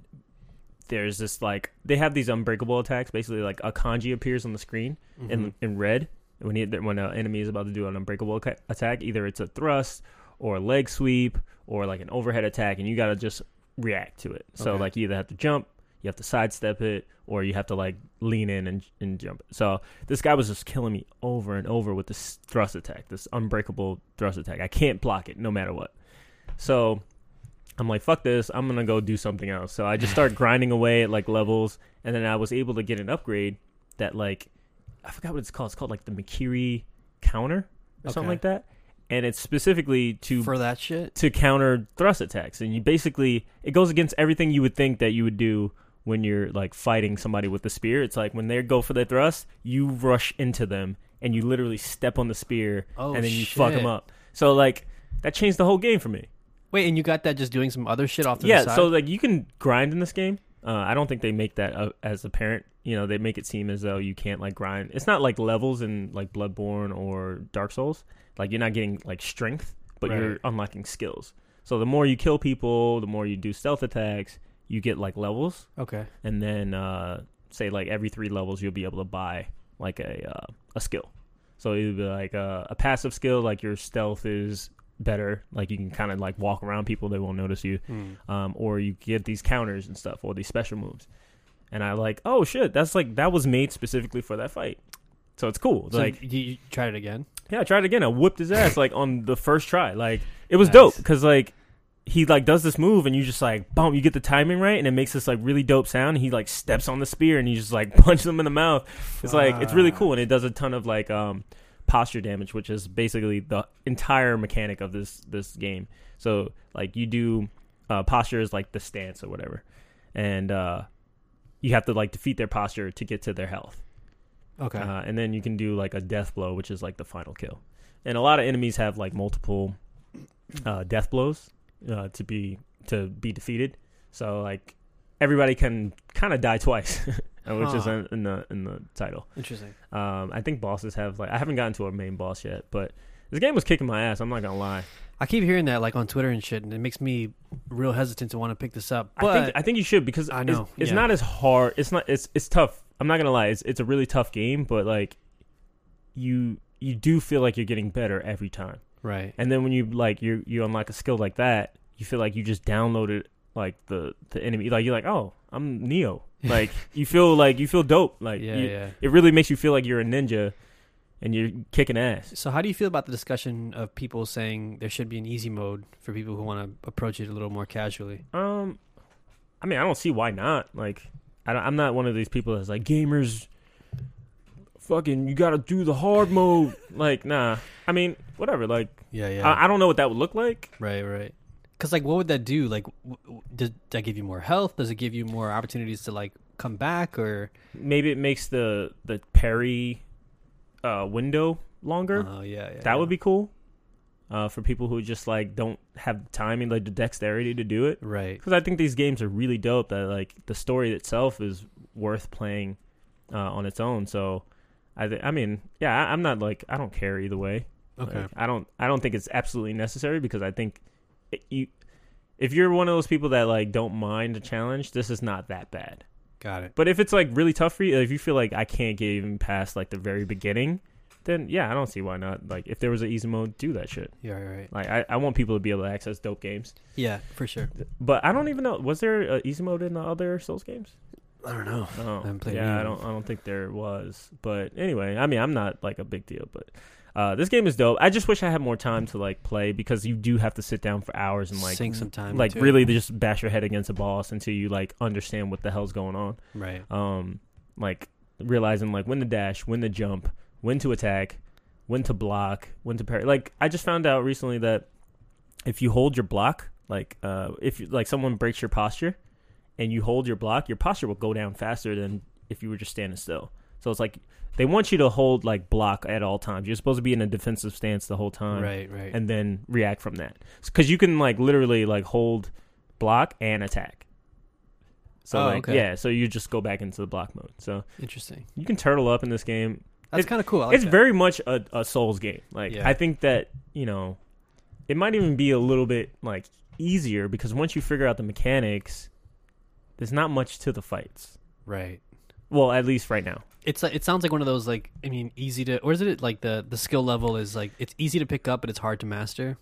Speaker 2: there's this like they have these unbreakable attacks. Basically, like a kanji appears on the screen
Speaker 1: Mm-hmm.
Speaker 2: in in red when he when an enemy is about to do an unbreakable ca- attack. Either it's a thrust or a leg sweep or like an overhead attack, and you gotta just react to it. So
Speaker 1: Okay.
Speaker 2: like you either have to jump, you have to sidestep it, or you have to like lean in and and jump. So this guy was just killing me over and over with this thrust attack, this unbreakable thrust attack. I can't block it no matter what. So I'm like, fuck this. I'm gonna go do something else. So I just start grinding away at like levels, and then I was able to get an upgrade that like I forgot what it's called. It's called like the Makiri counter or
Speaker 1: Okay.
Speaker 2: something like that. And it's specifically to
Speaker 1: for that shit.
Speaker 2: to counter thrust attacks, and you basically it goes against everything you would think that you would do when you're like fighting somebody with the spear. It's like when they go for the thrust, you rush into them and you literally step on the spear,
Speaker 1: Oh,
Speaker 2: and then you fuck
Speaker 1: shit.
Speaker 2: them up. So like that changed the whole game for me.
Speaker 1: Wait, and you got that just doing some other shit off to
Speaker 2: yeah
Speaker 1: the side?
Speaker 2: so like you can grind in this game uh, i don't think they make that uh, as apparent you know they make it seem as though you can't like grind it's not like levels in like bloodborne or dark souls like you're not getting like strength but
Speaker 1: Right.
Speaker 2: you're unlocking skills so the more you kill people the more you do stealth attacks you get like levels
Speaker 1: okay.
Speaker 2: and then uh, say like every three levels you'll be able to buy like a uh, a skill. So it would be like uh, a, a passive skill, like your stealth is better, like you can kind of like walk around people, they won't notice you,
Speaker 1: Hmm.
Speaker 2: um, or you get these counters and stuff or these special moves. And I like, oh shit, that's like that was made specifically for that fight. So it's cool.
Speaker 1: So
Speaker 2: like
Speaker 1: like, you, you tried it again?
Speaker 2: yeah, I tried it again. I whooped his ass like on the first try. Like it was
Speaker 1: Nice.
Speaker 2: dope because like he like does this move and you just like boom, you get the timing right and it makes this like really dope sound. And he like steps on the spear and you just like punch them in the mouth. It's like it's really cool and it does a ton of like um posture damage, which is basically the entire mechanic of this this game. So like you do uh, posture is like the stance or whatever, and uh, you have to like defeat their posture to get to their health.
Speaker 1: Ah. Okay.
Speaker 2: Uh, and then you can do like a death blow, which is like the final kill. And a lot of enemies have like multiple uh, death blows uh, to be to be defeated. So like everybody can kind of die twice, uh, which is
Speaker 1: Huh.
Speaker 2: in, in the in the title.
Speaker 1: Interesting.
Speaker 2: Um, I think bosses have like I haven't gotten to a main boss yet, but this game was kicking my ass. I'm not gonna lie.
Speaker 1: I keep hearing that like on Twitter and shit, and it makes me real hesitant to want to pick this up. But
Speaker 2: I think I think you should because
Speaker 1: I
Speaker 2: it's-
Speaker 1: know,
Speaker 2: it's,
Speaker 1: yeah.
Speaker 2: not as hard. It's not it's it's tough. I'm not gonna lie. It's it's a really tough game, but like you you do feel like you're getting better every time.
Speaker 1: right.
Speaker 2: And then when you like you you unlock a skill like that, you feel like you just downloaded like the the enemy. Like you're like, oh, I'm Neo. Like you feel like you feel dope. Like
Speaker 1: yeah,
Speaker 2: you-
Speaker 1: yeah.
Speaker 2: it really makes you feel like you're a ninja and you're kicking ass.
Speaker 1: So how do you feel about the discussion of people saying there should be an easy mode for people who want to approach it a little more casually?
Speaker 2: Um, I mean, I don't see why not. Like, I don't, I'm not one of these people that's like gamers. Fucking, you gotta do the hard mode. like, nah. I mean, whatever. Like,
Speaker 1: Yeah,
Speaker 2: Uh, I, I don't know what that would look like.
Speaker 1: right, right. Because like, what would that do? Like, w- w- does that give you more health? Does it give you more opportunities to like come back or?
Speaker 2: Maybe it makes the the parry uh, window longer.
Speaker 1: Oh yeah, yeah.
Speaker 2: that
Speaker 1: yeah.
Speaker 2: would be cool uh, for people who just like don't have the time and like the dexterity to do it.
Speaker 1: right.
Speaker 2: because I think these games are really dope. That like the story itself is worth playing uh, on its own. So, I th- I mean, yeah, I- I'm not like I don't care either way.
Speaker 1: Okay.
Speaker 2: Like, I don't I don't think it's absolutely necessary because I think it, you if you're one of those people that like don't mind a challenge, this is not that bad.
Speaker 1: Got it.
Speaker 2: But if it's like really tough for you, if you feel like I can't get even past like the very beginning, then yeah, I don't see why not. Like if there was an easy mode, do that shit.
Speaker 1: Yeah, right, right.
Speaker 2: Like I, I want people to be able to access dope games.
Speaker 1: Yeah, for sure.
Speaker 2: But I don't even know. Was there an easy mode in the other Souls games?
Speaker 1: I don't know.
Speaker 2: Oh,
Speaker 1: haven't played any
Speaker 2: yeah, I
Speaker 1: of
Speaker 2: don't. I don't think there was. But anyway, I mean, I'm not like a big deal, but uh, this game is dope. I just wish I had more time to like play because you do have to sit down for hours and like
Speaker 1: Sink some time
Speaker 2: like
Speaker 1: into it.
Speaker 2: really just bash your head against a boss until you like understand what the hell's going on.
Speaker 1: Right.
Speaker 2: Um, like realizing like when to dash, when to jump, when to attack, when to block, when to parry. Like I just found out recently that if you hold your block, like uh, if you, like someone breaks your posture, and you hold your block, your posture will go down faster than if you were just standing still. So it's like they want you to hold like block at all times. You're supposed to be in a defensive stance the whole time,
Speaker 1: Right, right.
Speaker 2: and then react from that because you can like literally like hold block and attack. So
Speaker 1: Oh,
Speaker 2: like
Speaker 1: okay.
Speaker 2: yeah, so you just go back into the block mode. So
Speaker 1: Interesting.
Speaker 2: you can turtle up in this game.
Speaker 1: That's
Speaker 2: It's-
Speaker 1: kind of cool. I like
Speaker 2: it's
Speaker 1: that.
Speaker 2: very much a, a Souls game. Like
Speaker 1: Yeah.
Speaker 2: I think that you know, it might even be a little bit like easier because once you figure out the mechanics, there's not much to the fights.
Speaker 1: right.
Speaker 2: Well, at least right now.
Speaker 1: It's like- it sounds like one of those like I mean easy to or is it like the the skill level is like it's easy to pick up but it's hard to master.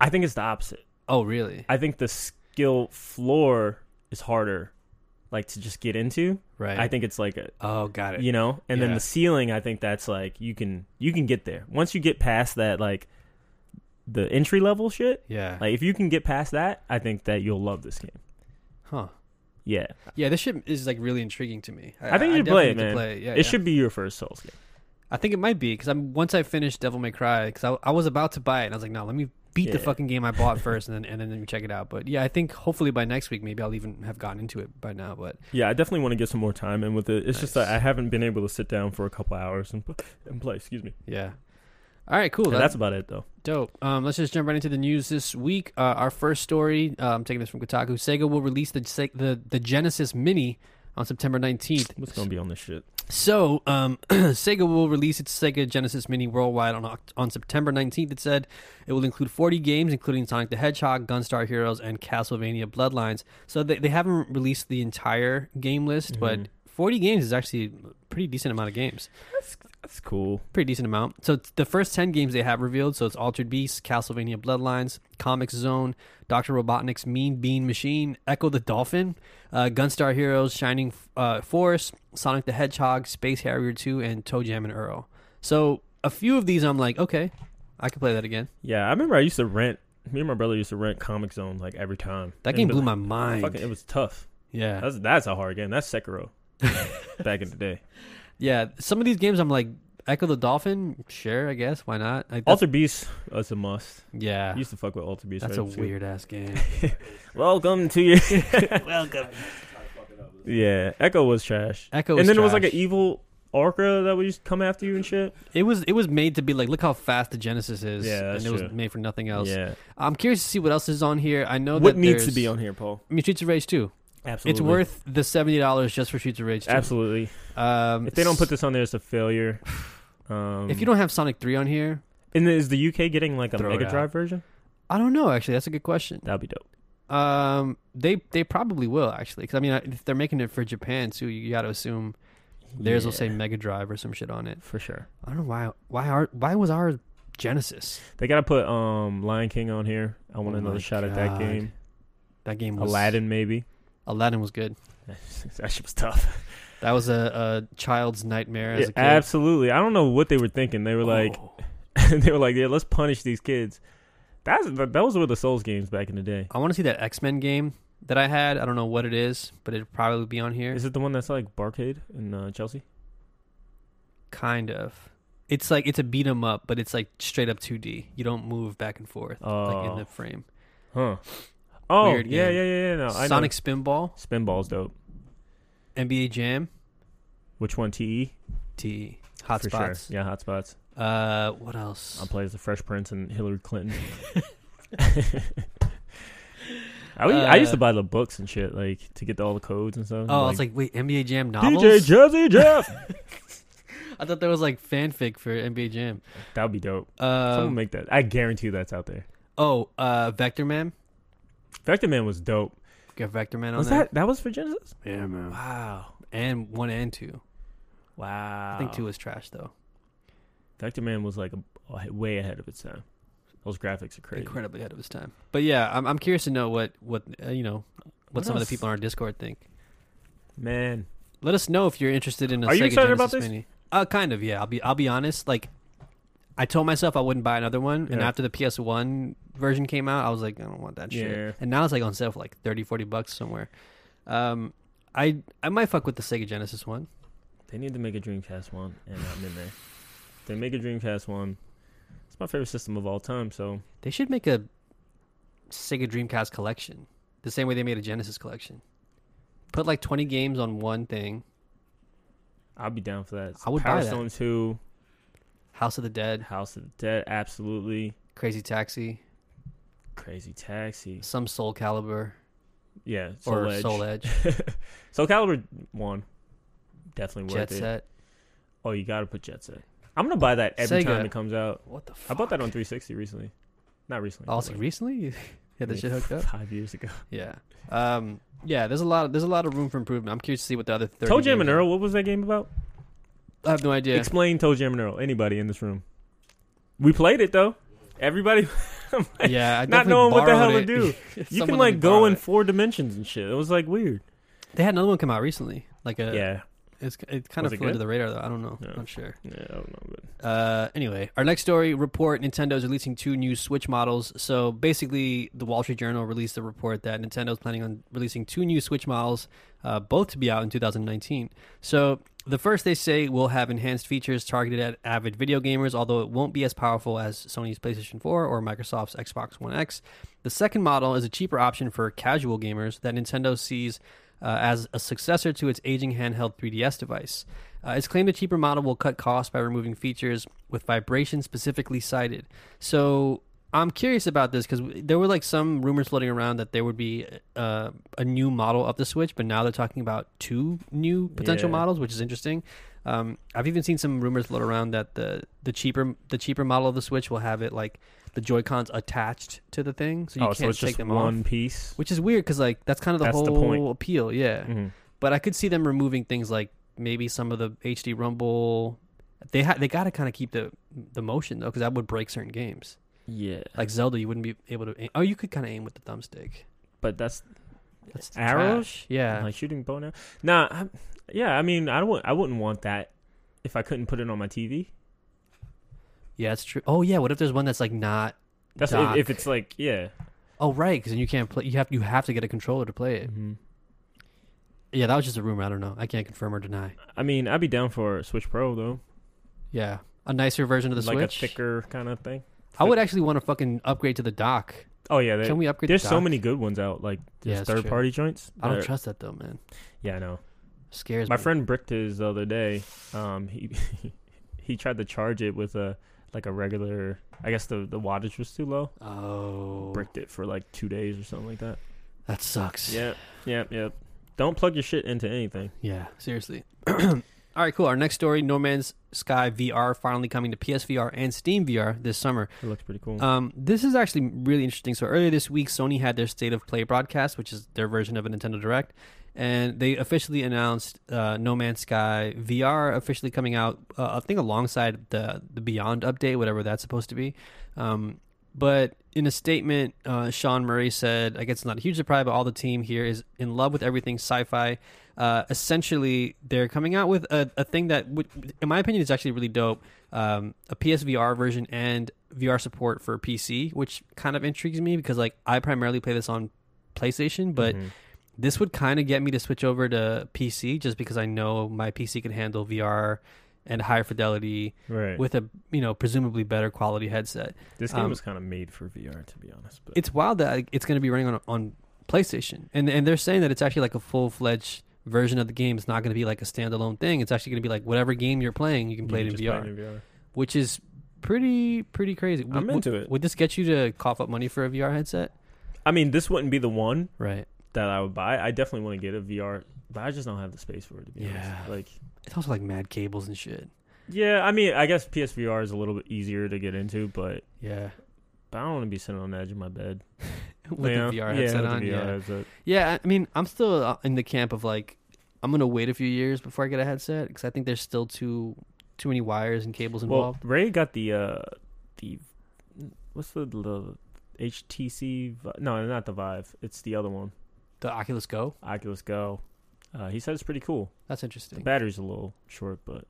Speaker 2: I think it's the opposite.
Speaker 1: Oh really?
Speaker 2: I think the skill floor is harder, like to just get into.
Speaker 1: Right.
Speaker 2: I think it's like a,
Speaker 1: Oh, got it.
Speaker 2: you know and then
Speaker 1: Yeah.
Speaker 2: the ceiling i think that's like you can you can get there once you get past that like the entry level shit
Speaker 1: Yeah.
Speaker 2: like if you can get past that i think that you'll love this game
Speaker 1: huh.
Speaker 2: yeah
Speaker 1: Yeah, this shit is like really intriguing to me.
Speaker 2: i think you should play
Speaker 1: definitely
Speaker 2: it man
Speaker 1: need to play Yeah,
Speaker 2: it
Speaker 1: yeah.
Speaker 2: should be your first souls game
Speaker 1: I think it might be because I'm once I finished Devil May Cry because I, I was about to buy it and I was like, no, let me beat the
Speaker 2: Yeah.
Speaker 1: fucking game I bought first and then and then let me check it out. But yeah, I think hopefully by next week maybe I'll even have gotten into it by now. But
Speaker 2: yeah i definitely want to get some more time in with it it's just
Speaker 1: Nice.
Speaker 2: that i haven't been able to sit down for a couple hours and, p- and play excuse me
Speaker 1: yeah. All right, cool.
Speaker 2: Yeah,
Speaker 1: That's
Speaker 2: that's about it though
Speaker 1: dope. Um, let's just jump right into the news this week. Uh, our first story, uh, I'm taking this from Kotaku. Sega will release the Seg- the the Genesis Mini on September 19th.
Speaker 2: what's gonna be on this shit
Speaker 1: So, um, Sega will release its Sega Genesis Mini worldwide on Oct- on September 19th. It said it will include 40 games, including Sonic the Hedgehog, Gunstar Heroes, and Castlevania Bloodlines. So they, they haven't released the entire game list, but
Speaker 2: Mm-hmm.
Speaker 1: 40 games is actually a pretty decent amount of games.
Speaker 2: that's cool
Speaker 1: Pretty decent amount. So it's the first 10 games they have revealed. So it's Altered Beast, Castlevania Bloodlines, Comics Zone, Dr. Robotnik's Mean Bean Machine, Echo the Dolphin, uh, Gunstar Heroes, Shining uh, Force, Sonic the Hedgehog, Space Harrier 2, and Toe Jam and Earl. So a few of these I'm like, okay, I can play that again.
Speaker 2: yeah i remember i used to rent me and my brother used to rent comic zone like every time
Speaker 1: That
Speaker 2: And
Speaker 1: game
Speaker 2: be
Speaker 1: blew
Speaker 2: like,
Speaker 1: my mind.
Speaker 2: fucking, it was tough
Speaker 1: yeah.
Speaker 2: That's that's a hard game. That's Sekiro. Back in the day,
Speaker 1: Yeah. Some of these games I'm like, Echo the Dolphin, sure, I guess. Why not? Like, that's-
Speaker 2: Alter Beast was a must.
Speaker 1: yeah.
Speaker 2: I used to fuck with Alter Beast.
Speaker 1: That's a
Speaker 2: right, too.
Speaker 1: weird ass game.
Speaker 2: Welcome to your.
Speaker 1: Welcome.
Speaker 2: yeah, Echo was trash.
Speaker 1: Echo
Speaker 2: and
Speaker 1: was
Speaker 2: then it was like
Speaker 1: trash.
Speaker 2: an evil orca that would just come after you and shit.
Speaker 1: It was it was made to be like, look how fast the Genesis is.
Speaker 2: Yeah, that's
Speaker 1: and it
Speaker 2: true.
Speaker 1: was made for nothing else.
Speaker 2: Yeah.
Speaker 1: I'm curious to see what else is on here. I know
Speaker 2: What
Speaker 1: that
Speaker 2: needs to
Speaker 1: there's-
Speaker 2: be on here, Paul?
Speaker 1: I mean, Streets of Rage 2.
Speaker 2: Absolutely.
Speaker 1: It's worth the seventy dollars just for Streets of Rage 2.
Speaker 2: Absolutely.
Speaker 1: Um,
Speaker 2: If they don't put this on there, it's a failure. Um,
Speaker 1: if you don't have Sonic 3 on here,
Speaker 2: and is the UK getting like a
Speaker 1: Throw it
Speaker 2: Mega
Speaker 1: out.
Speaker 2: Drive version?
Speaker 1: I don't know. Actually, that's a good question.
Speaker 2: That'd be dope.
Speaker 1: Um, they they probably will actually, because I mean, if they're making it for Japan too, you got to assume theirs will
Speaker 2: Yeah,
Speaker 1: say Mega Drive or some shit on it.
Speaker 2: for sure.
Speaker 1: I don't know why why our why was our Genesis
Speaker 2: They gotta put um Lion King on here. I want
Speaker 1: Oh my
Speaker 2: another shot at that
Speaker 1: God.
Speaker 2: game.
Speaker 1: that game was
Speaker 2: Aladdin maybe.
Speaker 1: Aladdin was good.
Speaker 2: that shit was tough.
Speaker 1: That was a, a child's nightmare as
Speaker 2: Yeah,
Speaker 1: a kid.
Speaker 2: absolutely. I don't know what they were thinking. They were like,
Speaker 1: Oh.
Speaker 2: they were like, yeah, let's punish these kids. That's that those were the Souls games back in the day.
Speaker 1: I want to see that X Men game that I had. I don't know what it is, but it'd probably be on here.
Speaker 2: Is it the one that's like Barcade in uh, Chelsea?
Speaker 1: kind of. It's like it's a beat 'em up, but it's like straight up 2D. You don't move back and forth like in
Speaker 2: Oh.
Speaker 1: the frame.
Speaker 2: Huh. Oh
Speaker 1: Weird
Speaker 2: yeah,
Speaker 1: game.
Speaker 2: yeah, yeah, yeah. No, I
Speaker 1: Sonic Spinball,
Speaker 2: know. Spinball's dope.
Speaker 1: NBA Jam,
Speaker 2: Which one? Te
Speaker 1: T Hot
Speaker 2: for
Speaker 1: Spots.
Speaker 2: sure. Yeah, hot spots.
Speaker 1: Uh, what else?
Speaker 2: I'll play as the Fresh Prince and Hillary Clinton. I, would- I used
Speaker 1: Uh,
Speaker 2: to buy the books and shit, like to get all the codes and stuff.
Speaker 1: oh, I was like, wait, NBA Jam novels.
Speaker 2: DJ Jersey Jeff.
Speaker 1: I thought there was like fanfic for NBA Jam.
Speaker 2: That'd be dope. Someone
Speaker 1: Um,
Speaker 2: make that. I guarantee that's out there.
Speaker 1: oh, uh, Vector Man.
Speaker 2: Vector Man was dope.
Speaker 1: Got Vector Man on
Speaker 2: Was
Speaker 1: there.
Speaker 2: that that was for Genesis?
Speaker 1: Yeah, man.
Speaker 2: Wow,
Speaker 1: And one and two.
Speaker 2: wow.
Speaker 1: I think two was trash though.
Speaker 2: Vector Man was like a, way ahead of its time. Those graphics are crazy.
Speaker 1: incredibly ahead of his time. But yeah, I'm, I'm curious to know what what uh, you know what,
Speaker 2: What
Speaker 1: some of
Speaker 2: else?
Speaker 1: the people on our Discord think.
Speaker 2: Man,
Speaker 1: Let us know if you're interested in. A
Speaker 2: Are you
Speaker 1: Sega
Speaker 2: excited about
Speaker 1: Genesis
Speaker 2: this?
Speaker 1: Mini. Uh, kind of. Yeah, I'll be I'll be honest. Like, I told myself I wouldn't buy another one, and
Speaker 2: Yeah.
Speaker 1: after the PS1 version came out, I was like, I don't want that shit.
Speaker 2: Yeah.
Speaker 1: And now it's like on sale for like 30, 40 bucks somewhere. Um, I I might fuck with the Sega Genesis one.
Speaker 2: they need to make a Dreamcast one, and I'm in there. If They make a Dreamcast one. It's my favorite system of all time. So
Speaker 1: They should make a Sega Dreamcast collection, the same way they made a Genesis collection. Put like 20 games on one thing.
Speaker 2: I'll be down for that.
Speaker 1: I would
Speaker 2: Power
Speaker 1: buy that.
Speaker 2: Stone Two,
Speaker 1: House of the Dead,
Speaker 2: House of the Dead, absolutely.
Speaker 1: Crazy Taxi,
Speaker 2: Crazy Taxi,
Speaker 1: some Soul Caliber
Speaker 2: yeah. Soul
Speaker 1: or
Speaker 2: Edge.
Speaker 1: Soul Edge,
Speaker 2: Soul Calibur one, definitely
Speaker 1: Jet
Speaker 2: worth it.
Speaker 1: Set.
Speaker 2: Oh, you gotta put Jet Set. I'm gonna buy that every
Speaker 1: Sega.
Speaker 2: time it comes out.
Speaker 1: What the? Fuck?
Speaker 2: I bought that on 360 recently. Not recently.
Speaker 1: Oh,
Speaker 2: but
Speaker 1: it's like recently. You had that
Speaker 2: like
Speaker 1: shit hooked up.
Speaker 2: Five years ago.
Speaker 1: Yeah. Um. Yeah. There's a lot. Of, there's a lot of room for improvement. I'm curious to see what the other. 30
Speaker 2: Toe Jam
Speaker 1: games
Speaker 2: and
Speaker 1: are.
Speaker 2: Earl. What was that game about?
Speaker 1: I have no idea.
Speaker 2: Explain Toe Jam and Earl. Anybody in this room? We played it though. Everybody. I'm like,
Speaker 1: yeah. I
Speaker 2: Not
Speaker 1: definitely
Speaker 2: knowing what the hell
Speaker 1: borrowed
Speaker 2: to
Speaker 1: it.
Speaker 2: do. You
Speaker 1: Someone
Speaker 2: can
Speaker 1: let me
Speaker 2: like go
Speaker 1: borrow
Speaker 2: in
Speaker 1: it.
Speaker 2: four dimensions and shit. It was like weird.
Speaker 1: They had another one come out recently. Like a.
Speaker 2: Yeah.
Speaker 1: It's it kind of
Speaker 2: Was it
Speaker 1: flew under
Speaker 2: good?
Speaker 1: the radar though. I don't know.
Speaker 2: Yeah.
Speaker 1: I'm sure.
Speaker 2: Yeah. I don't know. But
Speaker 1: Uh, anyway, our next story report Nintendo is releasing two new Switch models. So basically, the Wall Street Journal released a report that Nintendo is planning on releasing two new Switch models, uh, both to be out in 2019. So the first they say will have enhanced features targeted at avid video gamers, although it won't be as powerful as Sony's PlayStation 4 or Microsoft's Xbox One X. The second model is a cheaper option for casual gamers that Nintendo sees uh, as a successor to its aging handheld 3DS device. Uh, it's claimed the cheaper model will cut costs by removing features with vibration specifically cited. So I'm curious about this because there were like some rumors floating around that there would be uh, a new model of the Switch, but now they're talking about two new potential
Speaker 2: Yeah.
Speaker 1: models, which is interesting. Um, I've even seen some rumors float around that the the cheaper the cheaper model of the Switch will have it like the Joy Cons attached to the thing, so you
Speaker 2: oh,
Speaker 1: can't
Speaker 2: so it's
Speaker 1: take
Speaker 2: just
Speaker 1: them off
Speaker 2: one piece.
Speaker 1: which is weird because like that's kind of the
Speaker 2: That's
Speaker 1: whole
Speaker 2: the point.
Speaker 1: appeal yeah
Speaker 2: Mhm.
Speaker 1: but i could see them removing things like maybe some of the hd rumble they ha- they gotta kind of keep the the motion though because that would break certain games
Speaker 2: Yeah.
Speaker 1: like zelda you wouldn't be able to aim- oh you could kind of aim with the thumbstick
Speaker 2: But that's
Speaker 1: that's
Speaker 2: Arrows?
Speaker 1: trash. yeah
Speaker 2: like shooting bow now. Nah. I, yeah. I mean, I don't. I wouldn't want that if I couldn't put it on my TV.
Speaker 1: yeah it's true oh yeah what if there's one that's like not
Speaker 2: That's if, if
Speaker 1: dock?
Speaker 2: it's like yeah.
Speaker 1: oh right because then you can't play you have you have to get a controller to play it
Speaker 2: Mhm.
Speaker 1: yeah that was just a rumor i don't know i can't confirm or deny
Speaker 2: I mean, I'd be down for a Switch Pro though,
Speaker 1: yeah a nicer version of the
Speaker 2: like
Speaker 1: switch
Speaker 2: a thicker kind of thing.
Speaker 1: i would actually want to fucking upgrade to the dock
Speaker 2: Oh yeah, they,
Speaker 1: can we upgrade
Speaker 2: there's
Speaker 1: the
Speaker 2: so
Speaker 1: dock?
Speaker 2: many good ones out. Like
Speaker 1: Yeah,
Speaker 2: there's
Speaker 1: it's true.
Speaker 2: third party joints.
Speaker 1: I don't
Speaker 2: They're-
Speaker 1: trust that though, man.
Speaker 2: Yeah, I know.
Speaker 1: Scares
Speaker 2: My
Speaker 1: me.
Speaker 2: friend bricked his the other day. Um, he he tried to charge it with a like a regular. I guess the the wattage was too low.
Speaker 1: Oh,
Speaker 2: Bricked it for like two days or something like that.
Speaker 1: that sucks.
Speaker 2: Yep, yep, yep. Don't plug your shit into anything.
Speaker 1: Yeah, seriously. All right, cool. Our next story: No Man's Sky VR finally coming to PSVR and Steam VR this summer.
Speaker 2: It looks pretty cool.
Speaker 1: Um, this is actually really interesting. So earlier this week, Sony had their State of Play broadcast, which is their version of a Nintendo Direct, and they officially announced uh, No Man's Sky VR officially coming out. Uh, I think alongside the the Beyond update, whatever that's supposed to be. Um, but in a statement, uh, Sean Murray said, "I guess it's not a huge surprise, but all the team here is in love with everything sci-fi." Uh, essentially, they're coming out with a, a thing that, would, in my opinion, is actually really dope um, a PSVR version and VR support for PC, which kind of intrigues me because like I primarily play this on PlayStation, but
Speaker 2: Mhm.
Speaker 1: this would kind of get me to switch over to PC just because I know my PC can handle VR and higher fidelity
Speaker 2: right,
Speaker 1: with a you know presumably better quality headset.
Speaker 2: this game
Speaker 1: um,
Speaker 2: was kind of made for VR, to be honest. But
Speaker 1: It's wild that like, it's going to be running on on PlayStation, and and they're saying that it's actually like a full fledged version of the game. It's not going to be like a standalone thing. It's actually going to be like whatever game you're playing, you can
Speaker 2: you
Speaker 1: play
Speaker 2: can
Speaker 1: it in
Speaker 2: just
Speaker 1: VR.
Speaker 2: play it in VR.
Speaker 1: which is pretty pretty crazy. Would-
Speaker 2: I'm
Speaker 1: would-
Speaker 2: into it.
Speaker 1: Would this get you to cough up money for a VR headset?
Speaker 2: I mean, this wouldn't be the one
Speaker 1: Right.
Speaker 2: that I would buy. I definitely want to get a VR, but I just don't have the space for it. To be
Speaker 1: Yeah.
Speaker 2: honest, like
Speaker 1: It's also like mad cables and shit.
Speaker 2: yeah, I mean, I guess PSVR is a little bit easier to get into, but,
Speaker 1: Yeah.
Speaker 2: but I don't want to be sitting on the edge of my bed
Speaker 1: with
Speaker 2: yeah.
Speaker 1: the VR headset
Speaker 2: yeah,
Speaker 1: on.
Speaker 2: With the VR
Speaker 1: Yeah.
Speaker 2: headset.
Speaker 1: Yeah. I mean, I'm still uh, in the camp of like, I'm gonna wait a few years before I get a headset because I think there's still too too many wires and cables
Speaker 2: Well,
Speaker 1: involved.
Speaker 2: Ray got the uh the what's the, the HTC? Vi- No, not the Vive. It's the other one,
Speaker 1: the Oculus Go.
Speaker 2: Oculus Go. Uh, he said it's pretty cool.
Speaker 1: That's
Speaker 2: The
Speaker 1: interesting.
Speaker 2: battery's a little short, but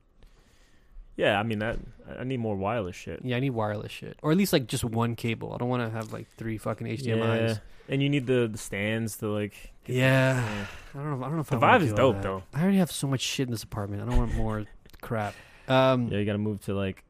Speaker 2: yeah, I mean that. I- I need more wireless shit.
Speaker 1: Yeah, I need wireless shit, or at least like just one cable. I don't want to have like three fucking HDMI's.
Speaker 2: and you need the, the stands to like. get the-
Speaker 1: Yeah.
Speaker 2: yeah.
Speaker 1: I don't know. If, I don't know if
Speaker 2: The
Speaker 1: I wanna
Speaker 2: vibe is
Speaker 1: do all
Speaker 2: dope,
Speaker 1: that.
Speaker 2: though.
Speaker 1: I already have so much shit in this apartment. I don't want more crap. Um,
Speaker 2: Yeah, you got to move to like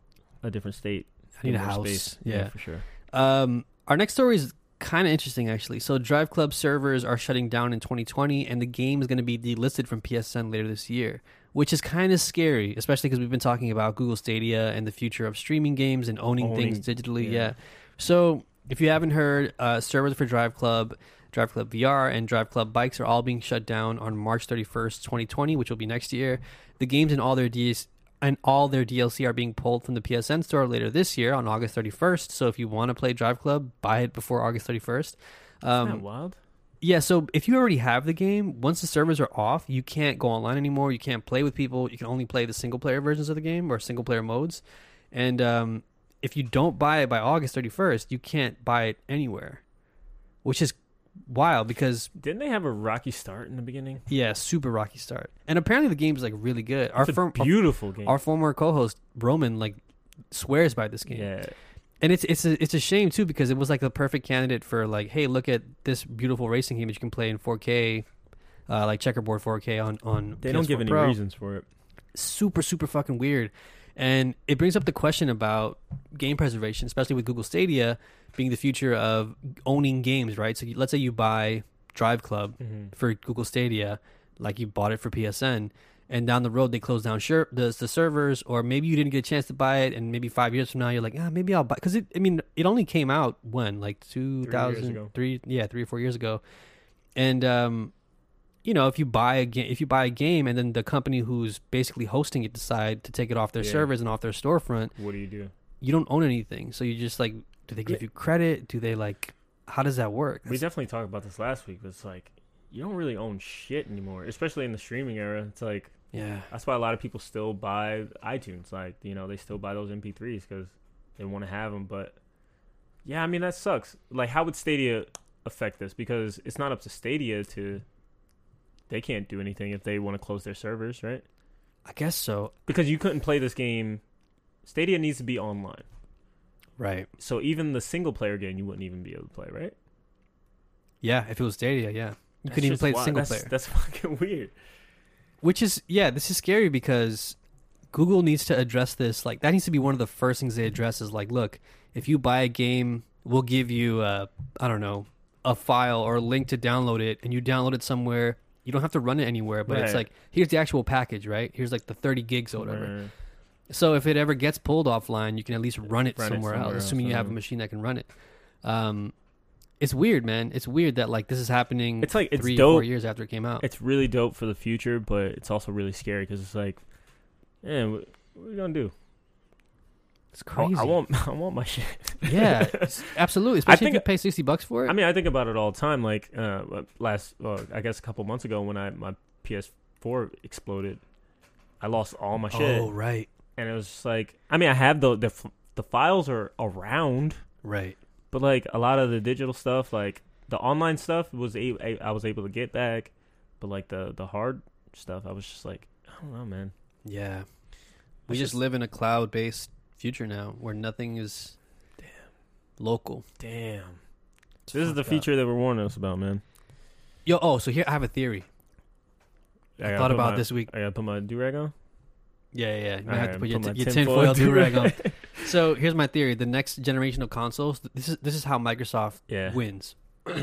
Speaker 2: a different state.
Speaker 1: I need a
Speaker 2: more
Speaker 1: house. Yeah.
Speaker 2: for sure.
Speaker 1: Um, our next story is kind of interesting, actually. So, Drive Club servers are shutting down in 2020, and the game is going to be delisted from PSN later this year, which is kind of scary, especially because we've been talking about Google Stadia and the future of streaming games and owning,
Speaker 2: Owning-
Speaker 1: things digitally. Yeah.
Speaker 2: yeah.
Speaker 1: So, if you haven't heard, uh, servers for Drive Club. Drive Club VR and Drive Club Bikes are all being shut down on March 31st, 2020, which will be next year. The games and all their DS, and all their DLC are being pulled from the PSN store later this year on August 31st. So if you want to play Drive Club, buy it before August 31st.
Speaker 2: Isn't that
Speaker 1: Um,
Speaker 2: wild?
Speaker 1: yeah, so if you already have the game, once the servers are off, you can't go online anymore. You can't play with people. You can only play the single player versions of the game or single player modes. And um, if you don't buy it by August 31st, you can't buy it anywhere, which is wild because
Speaker 2: Didn't they have a rocky start in the beginning?
Speaker 1: yeah, super rocky start. And apparently the game's like really good. Our
Speaker 2: It's a
Speaker 1: firm,
Speaker 2: beautiful game.
Speaker 1: our former co-host Roman like swears by this game.
Speaker 2: yeah,
Speaker 1: And it's it's a, it's a shame too because it was like the perfect candidate for like, hey, look at this beautiful racing game that you can play in 4K, uh, like checkerboard 4K on on.
Speaker 2: they don't
Speaker 1: PS4
Speaker 2: give any
Speaker 1: Pro.
Speaker 2: reasons for it.
Speaker 1: Super super fucking weird, and it brings up the question about game preservation, especially with Google Stadia being the future of owning games, right? So you- let's say you buy Drive Club
Speaker 2: Mm-hmm.
Speaker 1: for Google Stadia, like you bought it for PSN, and down the road they close down sure the, the servers, or maybe you didn't get a chance to buy it, and maybe five years from now you're like, ah, maybe I'll buy because it. I mean, it only came out when like two
Speaker 2: ago.
Speaker 1: thousand three, yeah, three or four years ago, and um, you know, if you buy a game, if you buy a game, and then the company who's basically hosting it decide to take it off their
Speaker 2: Yeah.
Speaker 1: servers and off their storefront,
Speaker 2: What do you do?
Speaker 1: you don't own anything, so you just like, do they give you credit? Do they like? How does that work?
Speaker 2: We definitely talked about this last week. But it's like you don't really own shit anymore, especially in the streaming era. It's like
Speaker 1: yeah.
Speaker 2: that's why a lot of people still buy iTunes. Like you know, they still buy those MP3s because they want to have them. But yeah, I mean that sucks. Like, how would Stadia affect this? Because it's not up to Stadia to. They can't do anything if they want to close their servers, right?
Speaker 1: I guess so.
Speaker 2: Because you couldn't play this game. Stadia needs to be online.
Speaker 1: Right.
Speaker 2: So even the single player game, you wouldn't even be able to play, right?
Speaker 1: Yeah, if it was Stadia, yeah. You
Speaker 2: That's
Speaker 1: couldn't even
Speaker 2: just
Speaker 1: play the
Speaker 2: wild.
Speaker 1: single
Speaker 2: That's-
Speaker 1: player.
Speaker 2: That's fucking weird.
Speaker 1: Which is yeah, this is scary because Google needs to address this. Like that needs to be one of the first things they address is like, look, if you buy a game, we'll give you uh I don't know, a file or a link to download it and you download it somewhere. You don't have to run it anywhere, but it's
Speaker 2: Right.
Speaker 1: like here's the actual package, right? Here's like the 30 gigs or whatever.
Speaker 2: Right.
Speaker 1: So if it ever gets pulled offline, you can at least run it,
Speaker 2: Run it
Speaker 1: somewhere,
Speaker 2: somewhere
Speaker 1: else,
Speaker 2: else, uh-huh.
Speaker 1: assuming you have a
Speaker 2: yeah.
Speaker 1: machine that can run it. Um, it's weird, man. It's weird that like this is happening.
Speaker 2: It's like- it's
Speaker 1: three
Speaker 2: dope.
Speaker 1: four years after it came out.
Speaker 2: It's really dope for the future, but it's also really scary because it's like, man, what, what are we gonna do?
Speaker 1: It's
Speaker 2: I- I, want, I want my shit.
Speaker 1: yeah, it's- absolutely. Especially if
Speaker 2: think-
Speaker 1: you pay sixty bucks for it.
Speaker 2: I mean, I think about it all the time. Like uh, last, uh, I guess a couple months ago when I my PS4 exploded, I lost all my shit,
Speaker 1: oh right,
Speaker 2: and it was just like, I mean, I have the the f- the files are around,
Speaker 1: right.
Speaker 2: but like a lot of the digital stuff, like the online stuff, was a- a- I was able to get back, but like the the hard stuff, I was just like, I don't know, man.
Speaker 1: Yeah, we just
Speaker 2: It's just-
Speaker 1: live in a cloud-based future now where nothing is local.
Speaker 2: Damn.
Speaker 1: It's
Speaker 2: This is the
Speaker 1: fucked up.
Speaker 2: feature that we're warning us about, man.
Speaker 1: Yo, oh, so here I have a theory. I,
Speaker 2: gotta
Speaker 1: thought
Speaker 2: put
Speaker 1: about
Speaker 2: my-
Speaker 1: this week.
Speaker 2: I gotta put my do rag on.
Speaker 1: Yeah, yeah. yeah. You might
Speaker 2: All
Speaker 1: have
Speaker 2: right,
Speaker 1: to put your,
Speaker 2: put
Speaker 1: tin
Speaker 2: my
Speaker 1: your tinfoil
Speaker 2: tinfoil
Speaker 1: do-rag on. So here's my theory: the next generation of consoles. th- This is this is how Microsoft
Speaker 2: Yeah.
Speaker 1: wins.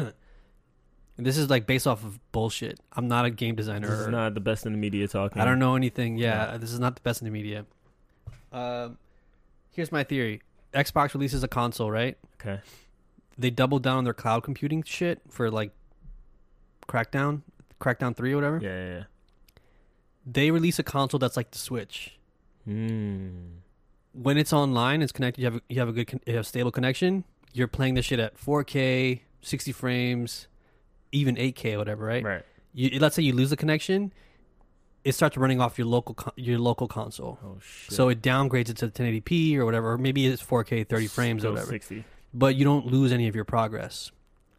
Speaker 1: And this is like based off of bullshit. I'm not a game designer.
Speaker 2: This is
Speaker 1: or-
Speaker 2: not the best in the media talking.
Speaker 1: I don't know anything. Yeah, this is not the best in the media. Um, here's my theory: Xbox releases a console, right?
Speaker 2: Okay.
Speaker 1: They double down on their cloud computing shit for like Crackdown, Crackdown Three, or whatever.
Speaker 2: Yeah, yeah,
Speaker 1: They release a console that's like the Switch.
Speaker 2: yeah. Mm.
Speaker 1: when it's online, it's connected. You have a, you have a good, con- you have stable connection. You're playing this shit at 4K, 60 frames, even 8K, whatever. Right?
Speaker 2: Right.
Speaker 1: You, let's say you lose the connection, it starts running off your local con- your local console.
Speaker 2: Oh shit.
Speaker 1: So it downgrades it to 1080p or whatever. Or maybe it's 4K, 30 frames or
Speaker 2: Still
Speaker 1: whatever.
Speaker 2: Sixty.
Speaker 1: But you don't lose any of your progress.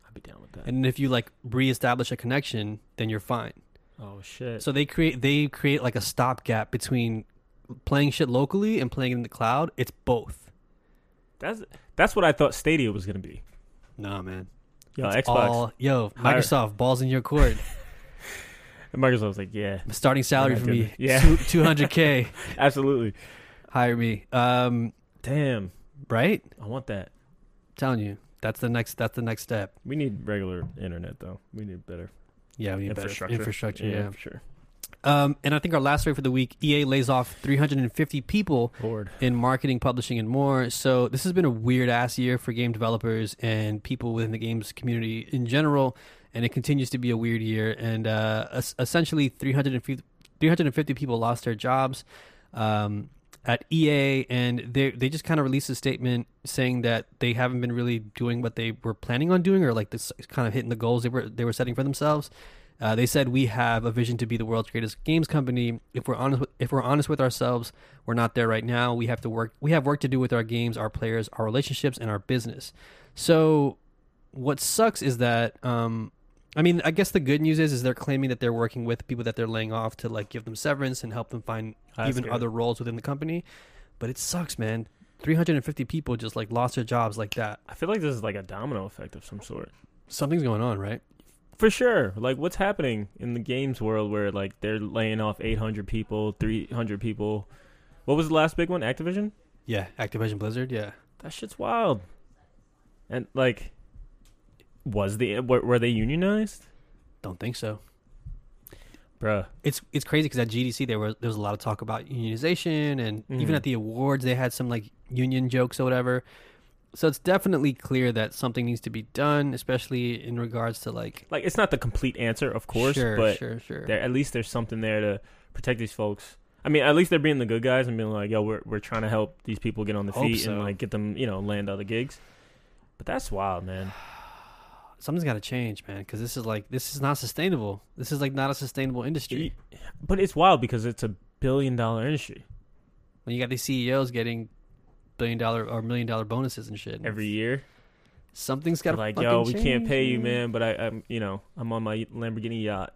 Speaker 2: I'd be down with that.
Speaker 1: And if you like reestablish a connection, then you're fine.
Speaker 2: oh shit.
Speaker 1: So they create they create like a stopgap between playing shit locally and playing in the cloud. It's both.
Speaker 2: that's that's what I thought Stadia was gonna be.
Speaker 1: Nah, man.
Speaker 2: Yo,
Speaker 1: It's
Speaker 2: Xbox.
Speaker 1: all- yo,
Speaker 2: Hire-
Speaker 1: Microsoft, balls in your court.
Speaker 2: And Microsoft was like, yeah,
Speaker 1: Starting salary
Speaker 2: Yeah,
Speaker 1: for me,
Speaker 2: good. Yeah.
Speaker 1: two hundred k.
Speaker 2: absolutely.
Speaker 1: Hire me, um,
Speaker 2: Damn,
Speaker 1: right?
Speaker 2: I want that.
Speaker 1: telling you, that's the next. That's the next step.
Speaker 2: We need regular internet though. We need better
Speaker 1: Yeah, we need
Speaker 2: infrastructure.
Speaker 1: better infrastructure. Yeah,
Speaker 2: for sure.
Speaker 1: Um, and I think our last story for the week: EA lays off three hundred and fifty people
Speaker 2: Bored.
Speaker 1: in marketing, publishing, and more. So this has been a weird ass year for game developers and people within the games community in general, and it continues to be a weird year. And uh, es- essentially, 350, 350 people lost their jobs. um, at EA, and they they just kind of released a statement saying that they haven't been really doing what they were planning on doing, or like this kind of hitting the goals they were they were setting for themselves. Uh, they said we have a vision to be the world's greatest games company. If we're honest, with, if we're honest with ourselves, we're not there right now. We have to work. We have work to do with our games, our players, our relationships, and our business. So, what sucks is that. Um, I mean, I guess the good news is is they're claiming that they're working with people that they're laying off to like give them severance and help them find
Speaker 2: That's
Speaker 1: even
Speaker 2: good.
Speaker 1: other roles within the company. But it sucks, man. 350 people just like lost their jobs like that.
Speaker 2: I feel like this is like a domino effect of some sort.
Speaker 1: Something's going on, right?
Speaker 2: For sure. Like what's happening in the games world where like they're laying off 800 people, 300 people. What was the last big one? Activision?
Speaker 1: Yeah, Activision Blizzard. Yeah,
Speaker 2: That shit's wild. And like was the were, were they unionized?
Speaker 1: don't think so.
Speaker 2: Bruh.
Speaker 1: it's it's crazy because at GDC there was there was a lot of talk about unionization and even
Speaker 2: Mhm.
Speaker 1: at the awards they had some like union jokes or whatever. So it's definitely clear that something needs to be done, especially in regards to like
Speaker 2: Like it's not the complete answer, of course,
Speaker 1: sure,
Speaker 2: but
Speaker 1: sure, sure.
Speaker 2: there at least there's something there to protect these folks. I mean, at least they're being the good guys and being like, "Yo, we're we're trying to help these people get on the
Speaker 1: Hope
Speaker 2: feet
Speaker 1: so.
Speaker 2: and like get them, you know, land other gigs." But that's wild, man.
Speaker 1: Something's got to change, man, because this is like this is not sustainable. This is like not a sustainable industry.
Speaker 2: But it's wild because it's a billion dollar industry
Speaker 1: When you got these CEOs getting billion dollar or million dollar bonuses and shit, and
Speaker 2: every year.
Speaker 1: something's got
Speaker 2: They're
Speaker 1: to
Speaker 2: Like, yo, we can't pay you, man. But I, I'm, you know, I'm on my Lamborghini yacht.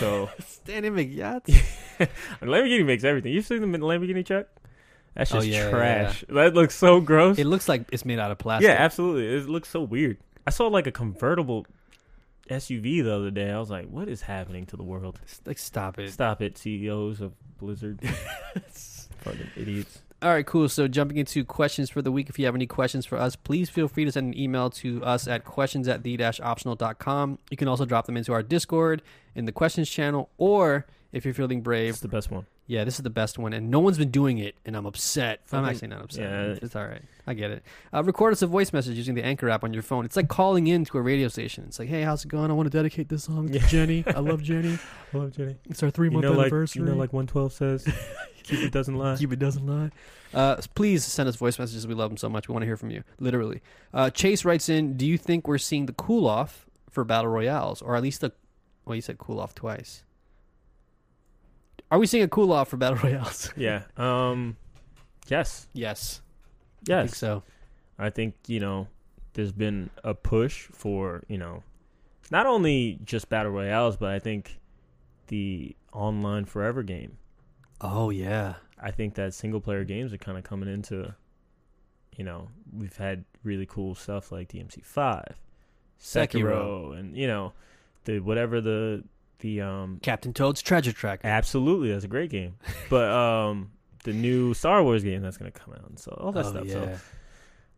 Speaker 2: So
Speaker 1: Stan and McYachts.
Speaker 2: And Lamborghini makes everything. You've seen the Lamborghini truck? That's
Speaker 1: Oh,
Speaker 2: just
Speaker 1: yeah, yeah,
Speaker 2: trash. That looks so gross.
Speaker 1: It looks like it's made out of plastic.
Speaker 2: Yeah, absolutely. It looks so weird. I saw like a convertible SUV the other day. I was like, what is happening to the world?
Speaker 1: like stop it.
Speaker 2: Stop it, CEOs of Blizzard. Fucking idiots.
Speaker 1: All right, cool. So jumping into questions for the week, if you have any questions for us, please feel free to send an email to us at questions at the-optional.com. You can also drop them into our Discord in the questions channel, or if you're feeling
Speaker 2: It's
Speaker 1: brave,
Speaker 2: the best one.
Speaker 1: yeah, this is the best one, and no one's been doing it, and I'm upset. I'm
Speaker 2: Fucking-
Speaker 1: actually not upset.
Speaker 2: yeah.
Speaker 1: It's all right. I get it. Uh, record us a voice message using the Anchor app on your phone. It's like calling in to a radio station. It's like, hey, how's it going? I want to dedicate this song to
Speaker 2: Yeah.
Speaker 1: Jenny. I love Jenny.
Speaker 2: Hello, Jenny.
Speaker 1: It's our three
Speaker 2: You
Speaker 1: month
Speaker 2: know, like,
Speaker 1: anniversary.
Speaker 2: you know, like 112 says, Cupid doesn't lie.
Speaker 1: Cupid doesn't lie. Uh, please send us voice messages. We love them so much. We want to hear from you, literally. Uh, Chase writes in Do you think we're seeing the cool off for battle royales? Or at least the. Well, you said cool off twice. Are we seeing a cool off for battle royales?
Speaker 2: Yeah. Um. Yes.
Speaker 1: yes. I think
Speaker 2: Yes.
Speaker 1: so.
Speaker 2: I think, you know, there's been a push for, you know, not only just battle royales, but I think the online forever game.
Speaker 1: Oh, yeah.
Speaker 2: I think that single player games are kind of coming into, you know, we've had really cool stuff like DMC5,
Speaker 1: Sekiro.
Speaker 2: Sekiro, and, you know, the whatever the, the, um,
Speaker 1: Captain Toad's Treasure Tracker.
Speaker 2: absolutely, that's a great game. But, um, the new Star Wars game that's going to come out. And so all
Speaker 1: Oh,
Speaker 2: that stuff. So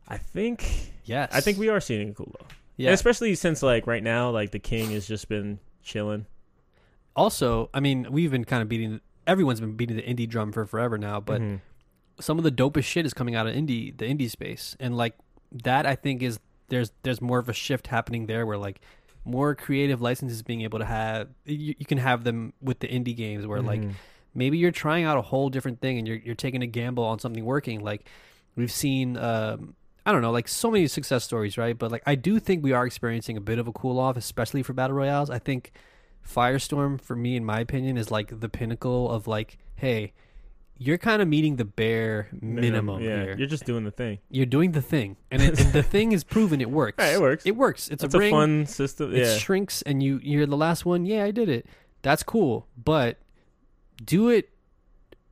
Speaker 2: I think,
Speaker 1: Yes.
Speaker 2: I think we are seeing a cool though.
Speaker 1: Yeah.
Speaker 2: And especially since like right now, like the king has just been chilling.
Speaker 1: also, I mean, we've been kind of beating. Everyone's been beating the indie drum for forever now, but
Speaker 2: Mhm.
Speaker 1: some of the dopest shit is coming out of indie the indie space and like that i think is there's there's more of a shift happening there where like more creative licenses being able to have you, you can have them with the indie games where like
Speaker 2: Mhm.
Speaker 1: maybe you're trying out a whole different thing and you're you're taking a gamble on something working like we've seen um I don't know, like so many success stories, right? But like, I do think we are experiencing a bit of a cool off, especially for battle royales. I think Firestorm, for me, in my opinion, is like the pinnacle of like, hey, you're kind of meeting the bare minimum,
Speaker 2: yeah,
Speaker 1: here. You're,
Speaker 2: you're just doing the thing.
Speaker 1: doing the thing, and, it, and the thing is proven it works.
Speaker 2: Right, it works.
Speaker 1: It works. It's
Speaker 2: It's
Speaker 1: a
Speaker 2: a,
Speaker 1: ring
Speaker 2: fun system.
Speaker 1: it
Speaker 2: Yeah,
Speaker 1: shrinks and you you're the last one yeah i did it that's cool but do it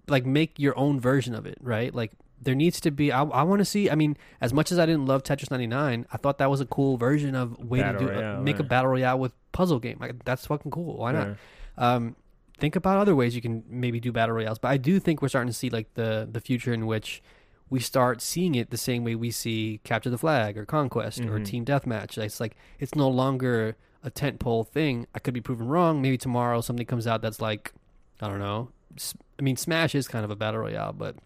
Speaker 1: like make your own version of it right like there needs to be i, I want to see i mean as much as i didn't love tetris 99 i thought that was a cool version of way
Speaker 2: Battle
Speaker 1: to do uh,
Speaker 2: Royale,
Speaker 1: make a
Speaker 2: right.
Speaker 1: battle royale with puzzle game like that's fucking cool why not
Speaker 2: Yeah.
Speaker 1: um, think about other ways you can maybe do battle royales. But I do think we're starting to see like the the future in which we start seeing it the same way we see capture the flag or conquest or
Speaker 2: Mhm.
Speaker 1: team deathmatch. It's like it's no longer a tentpole thing. I could be proven wrong. Maybe tomorrow something comes out that's like I don't know. S- I mean, Smash is kind of a battle royale, but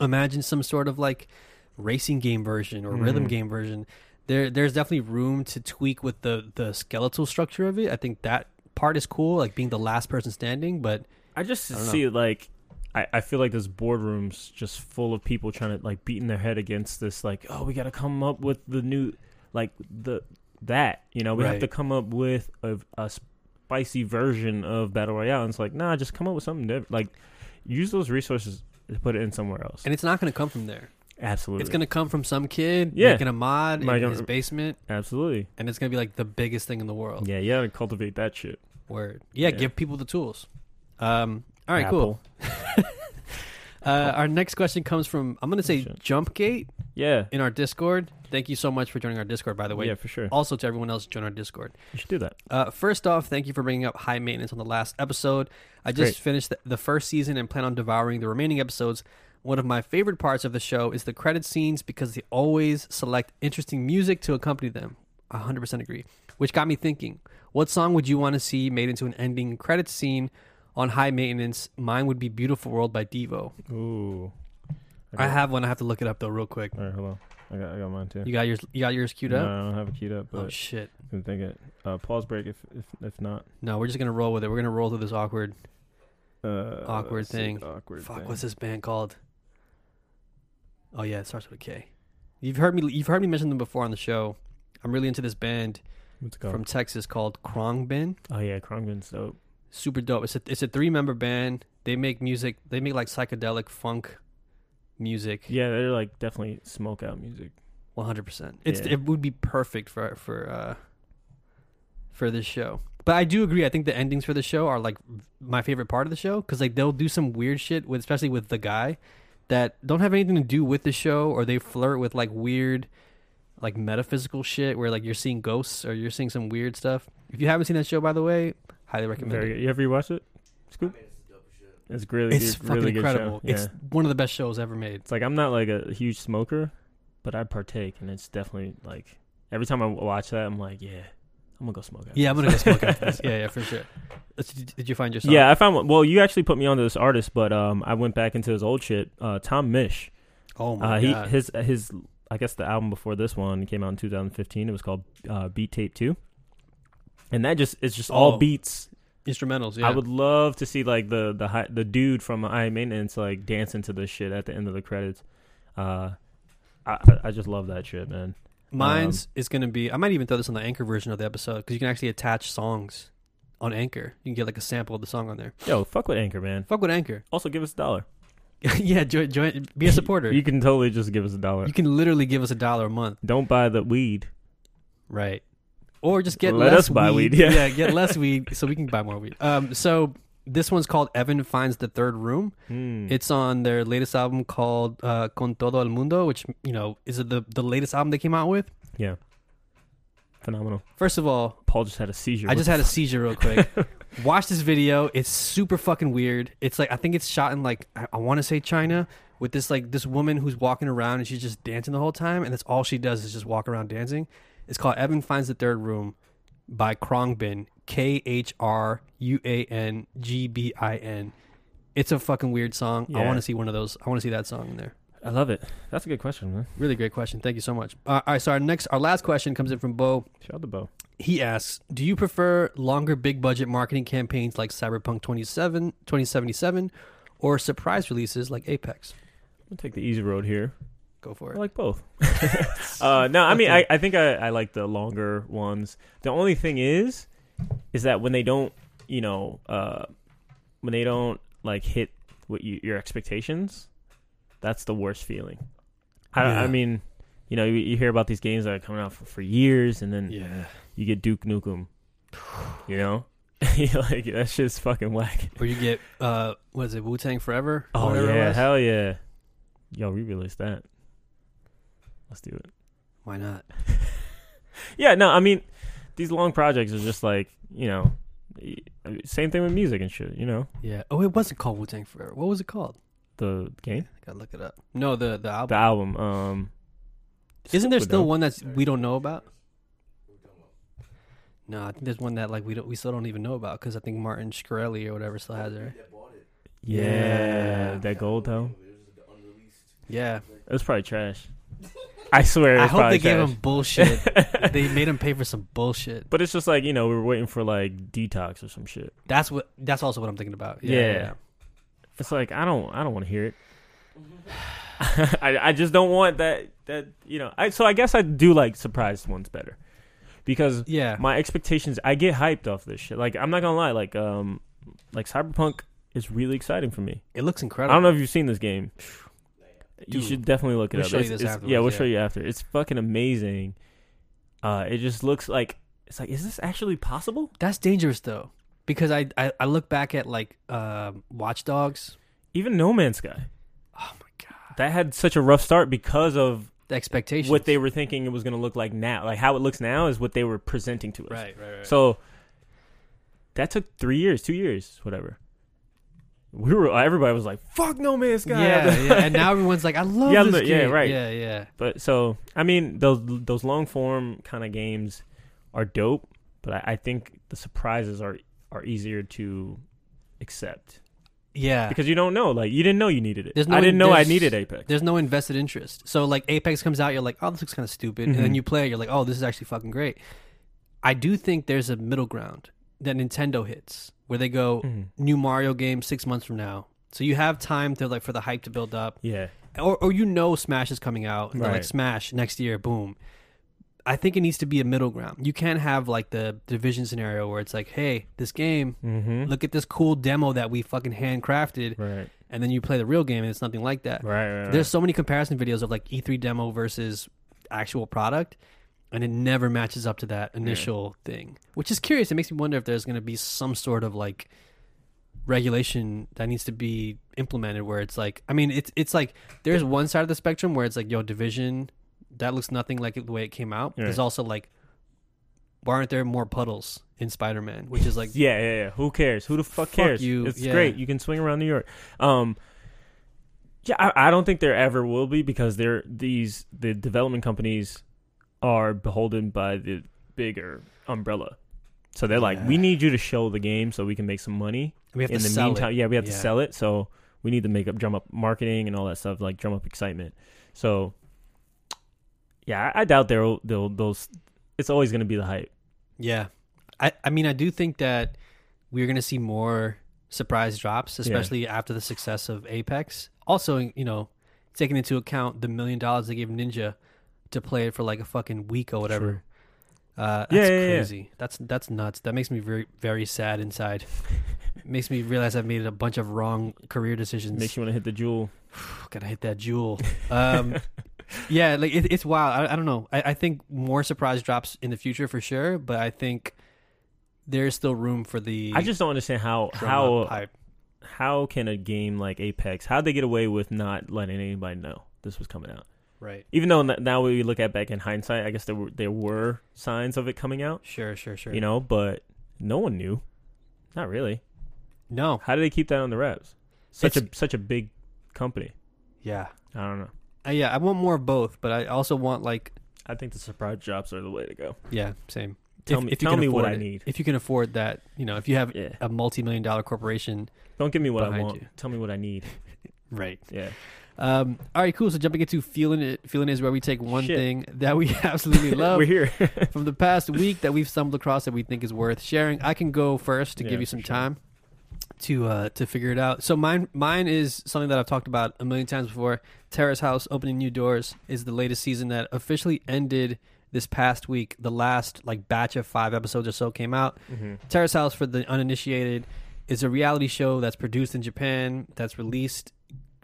Speaker 1: imagine some sort of like racing game version or rhythm
Speaker 2: Mhm.
Speaker 1: game version. There, there's definitely room to tweak with the the skeletal structure of it. I think that part is cool, like being the last person standing. But
Speaker 2: I just
Speaker 1: I don't
Speaker 2: see like I, I feel like this boardroom's just full of people trying to like beating their head against this like oh we got to come up with the new like the that you know we have
Speaker 1: Right.
Speaker 2: to come up with a, a spicy version of battle royale and it's like nah just come up with something different like use those resources to put it in somewhere else
Speaker 1: and it's not going to come from there.
Speaker 2: absolutely
Speaker 1: It's going to come from some kid
Speaker 2: Yeah.
Speaker 1: making a mod
Speaker 2: Like,
Speaker 1: in
Speaker 2: um,
Speaker 1: his basement,
Speaker 2: absolutely
Speaker 1: and it's going to be like the biggest thing in the world.
Speaker 2: yeah you gotta cultivate that shit
Speaker 1: Word. Yeah,
Speaker 2: Yeah.
Speaker 1: give people the tools. Um, all right, cool.
Speaker 2: Apple. Oh,
Speaker 1: Uh, our next question comes from I'm going to say
Speaker 2: Shit.
Speaker 1: Jumpgate
Speaker 2: yeah
Speaker 1: in our Discord. Thank you so much for joining our Discord, by the way.
Speaker 2: yeah for sure
Speaker 1: Also to everyone else, join our Discord.
Speaker 2: you should do that
Speaker 1: Uh, first off, thank you for bringing up high maintenance on the last episode. I just
Speaker 2: Great.
Speaker 1: finished the, the first season and plan on devouring the remaining episodes. One of my favorite parts of the show is the credit scenes because they always select interesting music to accompany them. 100% agree. Which got me thinking, what song would you want to see made into an ending credit scene on High Maintenance? Mine would be Beautiful World by Devo.
Speaker 2: ooh
Speaker 1: I have one. I have to look it up though, real quick.
Speaker 2: all right hold on I got I got mine too
Speaker 1: You got yours. You got yours queued
Speaker 2: No,
Speaker 1: up.
Speaker 2: I don't have it queued up, but
Speaker 1: oh shit!
Speaker 2: I can think it. Uh, pause break if if, if not.
Speaker 1: No, we're just gonna roll with it. We're gonna roll through this awkward.
Speaker 2: Uh,
Speaker 1: Awkward
Speaker 2: let's see,
Speaker 1: thing.
Speaker 2: Awkward
Speaker 1: Fuck,
Speaker 2: thing.
Speaker 1: what's this band called? Oh yeah, it starts with a K. You've heard me. You've heard me mention them before on the show. I'm really into this band
Speaker 2: What's it called?
Speaker 1: from Texas called Krongbin.
Speaker 2: oh yeah, Krongbin's dope.
Speaker 1: Super dope. It's a it's a three member band. They make music. They make like psychedelic funk music.
Speaker 2: Yeah, they're like definitely smoke out music.
Speaker 1: One hundred percent. It's
Speaker 2: Yeah.
Speaker 1: it would be perfect for for uh for this show. But I do agree. I think the endings for the show are like my favorite part of the show because like they'll do some weird shit with, especially with the guy that don't have anything to do with the show, or they flirt with like weird, like metaphysical shit where like you're seeing ghosts or you're seeing some weird stuff. If you haven't seen that show, by the way, highly recommend
Speaker 2: Very
Speaker 1: it.
Speaker 2: good. You ever watch it?
Speaker 3: I
Speaker 2: Scoop?
Speaker 3: mean, it's dope as shit.
Speaker 2: It's really
Speaker 1: It's
Speaker 2: good,
Speaker 1: fucking
Speaker 2: really
Speaker 1: incredible.
Speaker 2: Good show. Yeah.
Speaker 1: It's
Speaker 2: It's
Speaker 1: one of the best shows ever made.
Speaker 2: like I'm not like a huge smoker, but I partake, and it's definitely like every time I watch that, I'm like, yeah, I'm gonna go smoke out.
Speaker 1: Yeah, I'm gonna go smoke after this. Yeah, yeah, for sure. Let's- Did you find your song?
Speaker 2: Yeah, I found one. Well, you actually put me onto this artist, but um, I went back into his old shit. Uh, Tom Mish.
Speaker 1: Oh my
Speaker 2: uh, he
Speaker 1: god.
Speaker 2: his his I guess the album before this one came out in 2015. It was called uh, Beat Tape Two, and that just it's just
Speaker 1: Oh,
Speaker 2: all beats.
Speaker 1: Instrumentals. Yeah.
Speaker 2: I would love to see like the the hi- the dude from I Maintenance like dancing to this shit at the end of the credits. Uh, I I- I just love that shit, man.
Speaker 1: Mine's is going to be. I might even throw this on the anchor version of the episode because you can actually attach songs on Anchor. You can get like a sample of the song on there.
Speaker 2: Yo, fuck with Anchor, man.
Speaker 1: Fuck with Anchor.
Speaker 2: Also, give us a dollar.
Speaker 1: yeah, join, join, be a supporter.
Speaker 2: You
Speaker 1: you,
Speaker 2: can totally just give us a dollar.
Speaker 1: can literally give us a dollar a month,
Speaker 2: Don't buy the weed.
Speaker 1: right? Or just get
Speaker 2: Let
Speaker 1: less
Speaker 2: us buy weed, yeah.
Speaker 1: get less weed so we can buy more weed. Um, so this one's called Evan finds the third room.
Speaker 2: Hmm.
Speaker 1: It's on their latest album called uh, Con Todo el Mundo, which you know is the the latest album they came out with.
Speaker 2: yeah, phenomenal.
Speaker 1: First of all,
Speaker 2: Paul just had a seizure.
Speaker 1: I just had a seizure real quick. Watch this video. It's super fucking weird. It's like I think it's shot in like I, I want to say China with this like this woman who's walking around and she's just dancing the whole time and that's all she does is just walk around dancing. It's called Evan finds the third room by Krongbin K H R U A N G B I N. It's a fucking weird song. I
Speaker 2: Yeah.
Speaker 1: want to see one of those. I want to see that song in there.
Speaker 2: I love it. That's a good question, man.
Speaker 1: Really great question. Thank you so much. Uh, all right, so our next, our last question comes in from Bo
Speaker 2: Shout out to Bo.
Speaker 1: he asks, do you prefer longer big budget marketing campaigns like Cyberpunk 27, 2077 or surprise releases like Apex?
Speaker 2: I'm gonna take the easy road here.
Speaker 1: Go for
Speaker 2: I
Speaker 1: it.
Speaker 2: like both. uh, no, I mean, I,
Speaker 1: Okay.
Speaker 2: I think I, I like the longer ones. The only thing is, is that when they don't, you know, uh, when they don't like hit what you, your expectations, that's the worst feeling. I,
Speaker 1: Yeah.
Speaker 2: I mean, you know, you, you hear about these games that are coming out for, for years, and then
Speaker 1: Yeah.
Speaker 2: you get Duke Nukem. You know, You're like that shit's fucking whack.
Speaker 1: Or you get uh what is it, Wu Tang Forever?
Speaker 2: Oh
Speaker 1: Whatever it
Speaker 2: yeah,
Speaker 1: was.
Speaker 2: hell yeah. Yo, we released that. Let's do it.
Speaker 1: Why not?
Speaker 2: Yeah, no, I mean, these long projects are just like you know, y- same thing with music and shit. You know,
Speaker 1: Yeah. Oh, it wasn't called Wu Tang Forever. What was it called?
Speaker 2: the game,
Speaker 1: I gotta look it up. No, the the
Speaker 2: the
Speaker 1: album.
Speaker 2: album. Um,
Speaker 1: Isn't there
Speaker 2: Super
Speaker 1: still
Speaker 2: dope.
Speaker 1: one that's we don't know about? No, I think there's one that like we don't we still don't even know about because I think Martin Shkreli or whatever still has it. right?
Speaker 3: That bought it.
Speaker 2: Yeah,
Speaker 1: Yeah.
Speaker 2: that gold though.
Speaker 3: It was the unreleased.
Speaker 1: Yeah.
Speaker 2: It was probably trash. I swear, it
Speaker 1: I
Speaker 2: was
Speaker 1: hope
Speaker 2: probably
Speaker 1: they gave
Speaker 2: trash.
Speaker 1: him bullshit. they made him pay for some bullshit.
Speaker 2: But it's just like you know, we were waiting for like detox or some shit.
Speaker 1: That's what. That's also what I'm thinking about.
Speaker 2: Yeah. It's like I don't I don't want to hear it. I I just don't want that that you know. I so I guess I do like surprised ones better because
Speaker 1: Yeah.
Speaker 2: my expectations I get hyped off this shit. Like I'm not gonna lie, like um like Cyberpunk is really exciting for me.
Speaker 1: it looks
Speaker 2: I
Speaker 1: incredible.
Speaker 2: don't know if you've seen this game. You
Speaker 1: Dude.
Speaker 2: should definitely look it
Speaker 1: We'll
Speaker 2: up.
Speaker 1: show you
Speaker 2: It's-
Speaker 1: this
Speaker 2: it's- yeah, we'll
Speaker 1: afterwards,
Speaker 2: show
Speaker 1: yeah.
Speaker 2: you after. It's fucking amazing. Uh, it just looks like it's like is this actually possible?
Speaker 1: That's dangerous though, because I I, I look back at like um, Watch Dogs.
Speaker 2: Even No Man's Sky
Speaker 1: Oh my god,
Speaker 2: that had such a rough start because of
Speaker 1: the expectations.
Speaker 2: what they were thinking it was going to look like now. Like how it looks now is what they were presenting to us.
Speaker 1: right right right.
Speaker 2: So that took three years, two years, whatever. We were everybody was like, "Fuck No Man's Sky."
Speaker 1: yeah, yeah, and now everyone's like, I love
Speaker 2: Yeah,
Speaker 1: this
Speaker 2: look, yeah,
Speaker 1: game.
Speaker 2: right.
Speaker 1: Yeah, yeah.
Speaker 2: But so I mean, those those long form kind of games are dope, but I, I think the surprises are are easier to accept
Speaker 1: Yeah.
Speaker 2: because you don't know. Like you didn't know you needed
Speaker 1: There's
Speaker 2: it.
Speaker 1: no-
Speaker 2: I didn't know I
Speaker 1: there's-
Speaker 2: needed Apex.
Speaker 1: There's no invested interest. So like Apex comes out, you're like, oh, this looks kind of stupid, and then
Speaker 2: Mhm.
Speaker 1: you play it, you're like, oh, this is actually fucking great. I do think there's a middle ground that Nintendo hits where they go
Speaker 2: Mhm.
Speaker 1: new Mario game six months from now. So you have time to like for the hype to build up,
Speaker 2: Yeah,
Speaker 1: or or you know Smash is coming out, and they're like
Speaker 2: Right.
Speaker 1: Smash next year, boom. I think it needs to be a middle ground. You can't have like the division scenario where it's like, hey, this game,
Speaker 2: mm-hmm.
Speaker 1: look at this cool demo that we fucking handcrafted,
Speaker 2: right,
Speaker 1: and then you play the real game and it's nothing like that.
Speaker 2: right, right. right.
Speaker 1: There's so many comparison videos of like E3 demo versus actual product, and it never matches up to that initial thing, which is curious. It makes me wonder if there's going to be some sort of like regulation that needs to be implemented where it's like, I mean, it's it's like there's one side of the spectrum where it's like, yo, division that looks nothing like the way it came out. There's
Speaker 2: Right.
Speaker 1: also like, why aren't there more puddles in Spider-Man? Which is like,
Speaker 2: yeah, yeah, yeah. Who cares? Who the fuck cares?
Speaker 1: you,
Speaker 2: It's
Speaker 1: yeah.
Speaker 2: great. You can swing around New York. Um, yeah, I, I don't think there ever will be because they're these the development companies are beholden by the bigger umbrella. So they're like,
Speaker 1: Yeah.
Speaker 2: we need you to show the game so we can make some money.
Speaker 1: we have
Speaker 2: In
Speaker 1: to
Speaker 2: the
Speaker 1: sell
Speaker 2: meantime,
Speaker 1: it.
Speaker 2: yeah, we have to
Speaker 1: Yeah.
Speaker 2: sell it. So we need to make up, drum up marketing and all that stuff, like drum up excitement. So yeah, I, I doubt they'll they'll those. It's always going to be the hype.
Speaker 1: Yeah. I, I mean, I do think that we're going to see more surprise drops, especially after the success of Apex. Also, you know, taking into account the million dollars they gave Ninja to play it for like a fucking week or whatever. Uh, that's
Speaker 2: Yeah, yeah, yeah.
Speaker 1: crazy. That's that's nuts. That makes me very very sad inside. makes me realize I've made a bunch of wrong career decisions.
Speaker 2: Makes you want to hit the jewel.
Speaker 1: Gotta hit that jewel. Um, yeah, like it, it's wild. I, I don't know. I, I think more surprise drops in the future for sure, but I think there's still room for the.
Speaker 2: I just don't understand how
Speaker 1: drum up
Speaker 2: how uh,
Speaker 1: hype.
Speaker 2: how can a game like Apex how they get away with not letting anybody know this was coming out.
Speaker 1: Right.
Speaker 2: Even though n- now we look at back in hindsight, I guess there were there were signs of it coming out,
Speaker 1: Sure. Sure. Sure.
Speaker 2: you know, but no one knew. Not really.
Speaker 1: No.
Speaker 2: How do they keep that on the wraps? Such
Speaker 1: It's-
Speaker 2: a such a big company.
Speaker 1: Yeah.
Speaker 2: I don't know.
Speaker 1: Uh, yeah. I want more of both, but I also want like
Speaker 2: I think the surprise drops are the way to go.
Speaker 1: yeah, same.
Speaker 2: Tell me- tell
Speaker 1: can
Speaker 2: me what
Speaker 1: afford
Speaker 2: I
Speaker 1: it.
Speaker 2: need.
Speaker 1: If you can afford that, you know, if you have
Speaker 2: Yeah.
Speaker 1: a multi-million dollar corporation,
Speaker 2: Don't give me what I
Speaker 1: Behind
Speaker 2: want.
Speaker 1: you.
Speaker 2: Tell me what I need.
Speaker 1: right.
Speaker 2: Yeah.
Speaker 1: Um, all right, cool. So jumping into feeling it, feeling is where we take one
Speaker 2: Shit.
Speaker 1: thing that we absolutely love.
Speaker 2: We're here.
Speaker 1: from the past week that we've stumbled across that we think is worth sharing. I can go first to
Speaker 2: Yeah,
Speaker 1: give you
Speaker 2: for
Speaker 1: some
Speaker 2: sure.
Speaker 1: time to uh, to figure it out. So mine mine is something that I've talked about a million times before. Terrace House opening new doors is the latest season that officially ended this past week. The last like batch of five episodes or so came out.
Speaker 2: Mhm.
Speaker 1: Terrace House for the uninitiated is a reality show that's produced in Japan that's released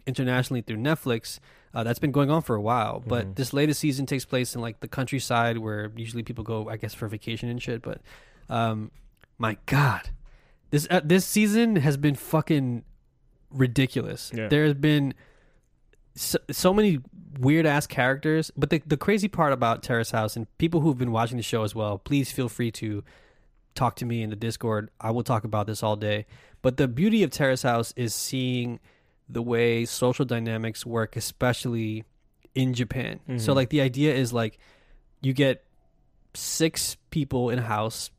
Speaker 1: internationally through Netflix. Uh, that's been going on for a while, but
Speaker 2: Mhm.
Speaker 1: this latest season takes place in like the countryside where usually people go, I guess, for vacation and shit. But um, my God, this uh, this season has been fucking ridiculous.
Speaker 2: Yeah.
Speaker 1: There has been so, so many weird ass characters. But the the crazy part about Terrace House and people who've been watching the show as well, please feel free to talk to me in the Discord. I will talk about this all day. But the beauty of Terrace House is seeing the way social dynamics work, especially in Japan. So
Speaker 2: Mhm.
Speaker 1: like the idea is like you get six people in a house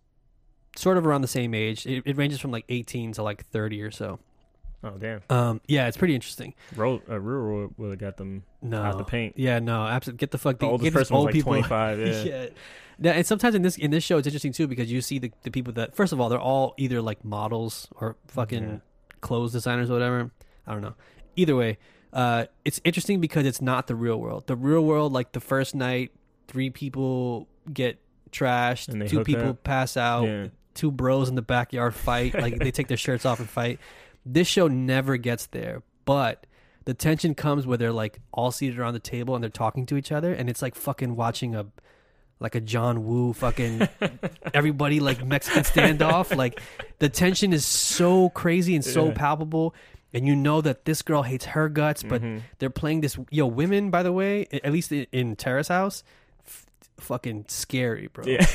Speaker 1: sort of around the same age. It, it ranges from like 18 to like 30 or so.
Speaker 2: Oh damn.
Speaker 1: Um, yeah, it's pretty interesting.
Speaker 2: Ro- uh, Ruru would have got them
Speaker 1: No,
Speaker 2: out the paint.
Speaker 1: yeah, no, absolutely. Get the fuck the,
Speaker 2: The oldest
Speaker 1: get these
Speaker 2: person was
Speaker 1: old
Speaker 2: like
Speaker 1: people.
Speaker 2: 25. Yeah.
Speaker 1: yeah. Now, and sometimes in this in this show, it's interesting too because you see the, the people that first of all they're all either like models or fucking
Speaker 2: Yeah.
Speaker 1: clothes designers or whatever. I don't know. Either way, uh, it's interesting because it's not the real world. The real world, like the first night, three people get
Speaker 2: And they
Speaker 1: trashed, two
Speaker 2: hook
Speaker 1: people
Speaker 2: up.
Speaker 1: pass out,
Speaker 2: Yeah.
Speaker 1: two bros in the backyard fight. Like they take their shirts off and fight. This show never gets there, but the tension comes where they're like all seated around the table and they're talking to each other, and it's like fucking watching a like a John Woo fucking everybody like Mexican standoff. like the tension is so crazy and so
Speaker 2: Yeah.
Speaker 1: palpable. And you know that this girl hates her guts, but
Speaker 2: Mm-hmm.
Speaker 1: they're playing this. Yo, women, by the way, a- at least in, in Terrace House, f- fucking scary, bro.
Speaker 2: Yeah,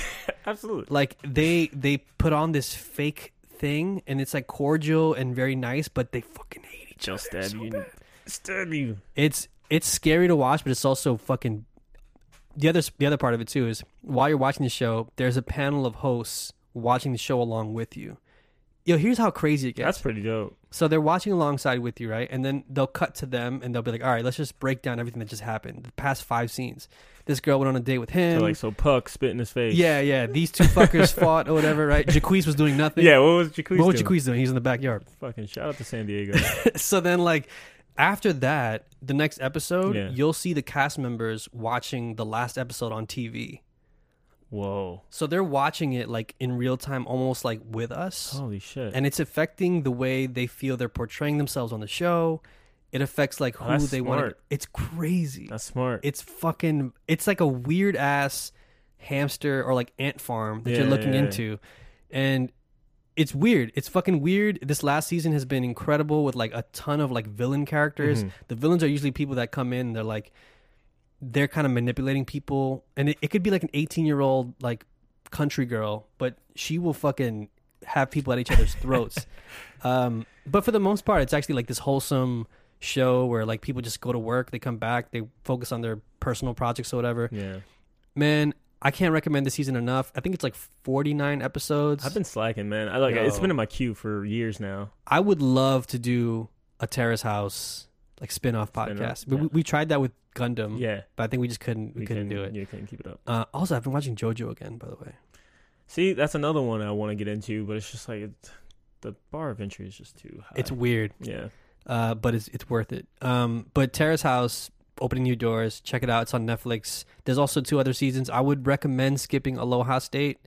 Speaker 2: absolutely.
Speaker 1: Like they they put on this fake thing, and it's like cordial and very nice, but they fucking hate each
Speaker 2: Just stab you. in- Stab you.
Speaker 1: it's it's scary to watch, but it's also fucking. The other the other part of it too is while you're watching the show, there's a panel of hosts watching the show along with you. Yo, here's how crazy it gets.
Speaker 2: That's pretty dope.
Speaker 1: so they're watching alongside with you, right? And then they'll cut to them, and they'll be like, "All right, let's just break down everything that just happened. The past five scenes. This girl went on a date with him.
Speaker 2: So like, so Puck spit in his face.
Speaker 1: yeah, yeah. These two fuckers fought or whatever, right? Jaquise was doing nothing.
Speaker 2: Yeah. What was Jacquees
Speaker 1: What was
Speaker 2: doing?
Speaker 1: Jaquise doing? He's in the backyard.
Speaker 2: Fucking shout out to San Diego.
Speaker 1: so then like after that the next episode
Speaker 2: Yeah.
Speaker 1: you'll see the cast members watching the last episode on tv
Speaker 2: Whoa.
Speaker 1: so they're watching it like in real time almost like with us
Speaker 2: Holy shit.
Speaker 1: and it's affecting the way they feel they're portraying themselves on the show it affects like who
Speaker 2: That's
Speaker 1: they want
Speaker 2: smart.
Speaker 1: it's crazy
Speaker 2: That's smart.
Speaker 1: it's fucking it's like a weird ass hamster or like ant farm that you're
Speaker 2: Yeah,
Speaker 1: looking
Speaker 2: yeah, yeah.
Speaker 1: into and it's weird it's fucking weird this last season has been incredible with like a ton of like villain characters
Speaker 2: Mhm.
Speaker 1: the villains are usually people that come in and they're like they're kind of manipulating people and it, it could be like an 18 year old like country girl but she will fucking have people at each other's throats um but for the most part it's actually like this wholesome show where like people just go to work they come back they focus on their personal projects or whatever
Speaker 2: yeah.
Speaker 1: man i can't recommend this season enough i think it's like 49 episodes
Speaker 2: I've been slacking, man. I like it's
Speaker 1: Yo.
Speaker 2: been in my queue for years now.
Speaker 1: i would love to do a terrace house like spin-off podcast we,
Speaker 2: yeah.
Speaker 1: we, we tried that with gundam
Speaker 2: Yeah.
Speaker 1: but i think we just couldn't Um, we, couldn't
Speaker 2: can-
Speaker 1: do it
Speaker 2: You couldn't keep it up.
Speaker 1: uh, also i've been watching jojo again by the way
Speaker 2: See, that's another one I want to get into, but it's just like it, the bar of entry is just too high.
Speaker 1: it's weird
Speaker 2: yeah.
Speaker 1: uh, but it's it's worth it. Um, but Terrace House opening new doors. Check it out. It's on Netflix. There's also two other seasons. I would recommend skipping Aloha State.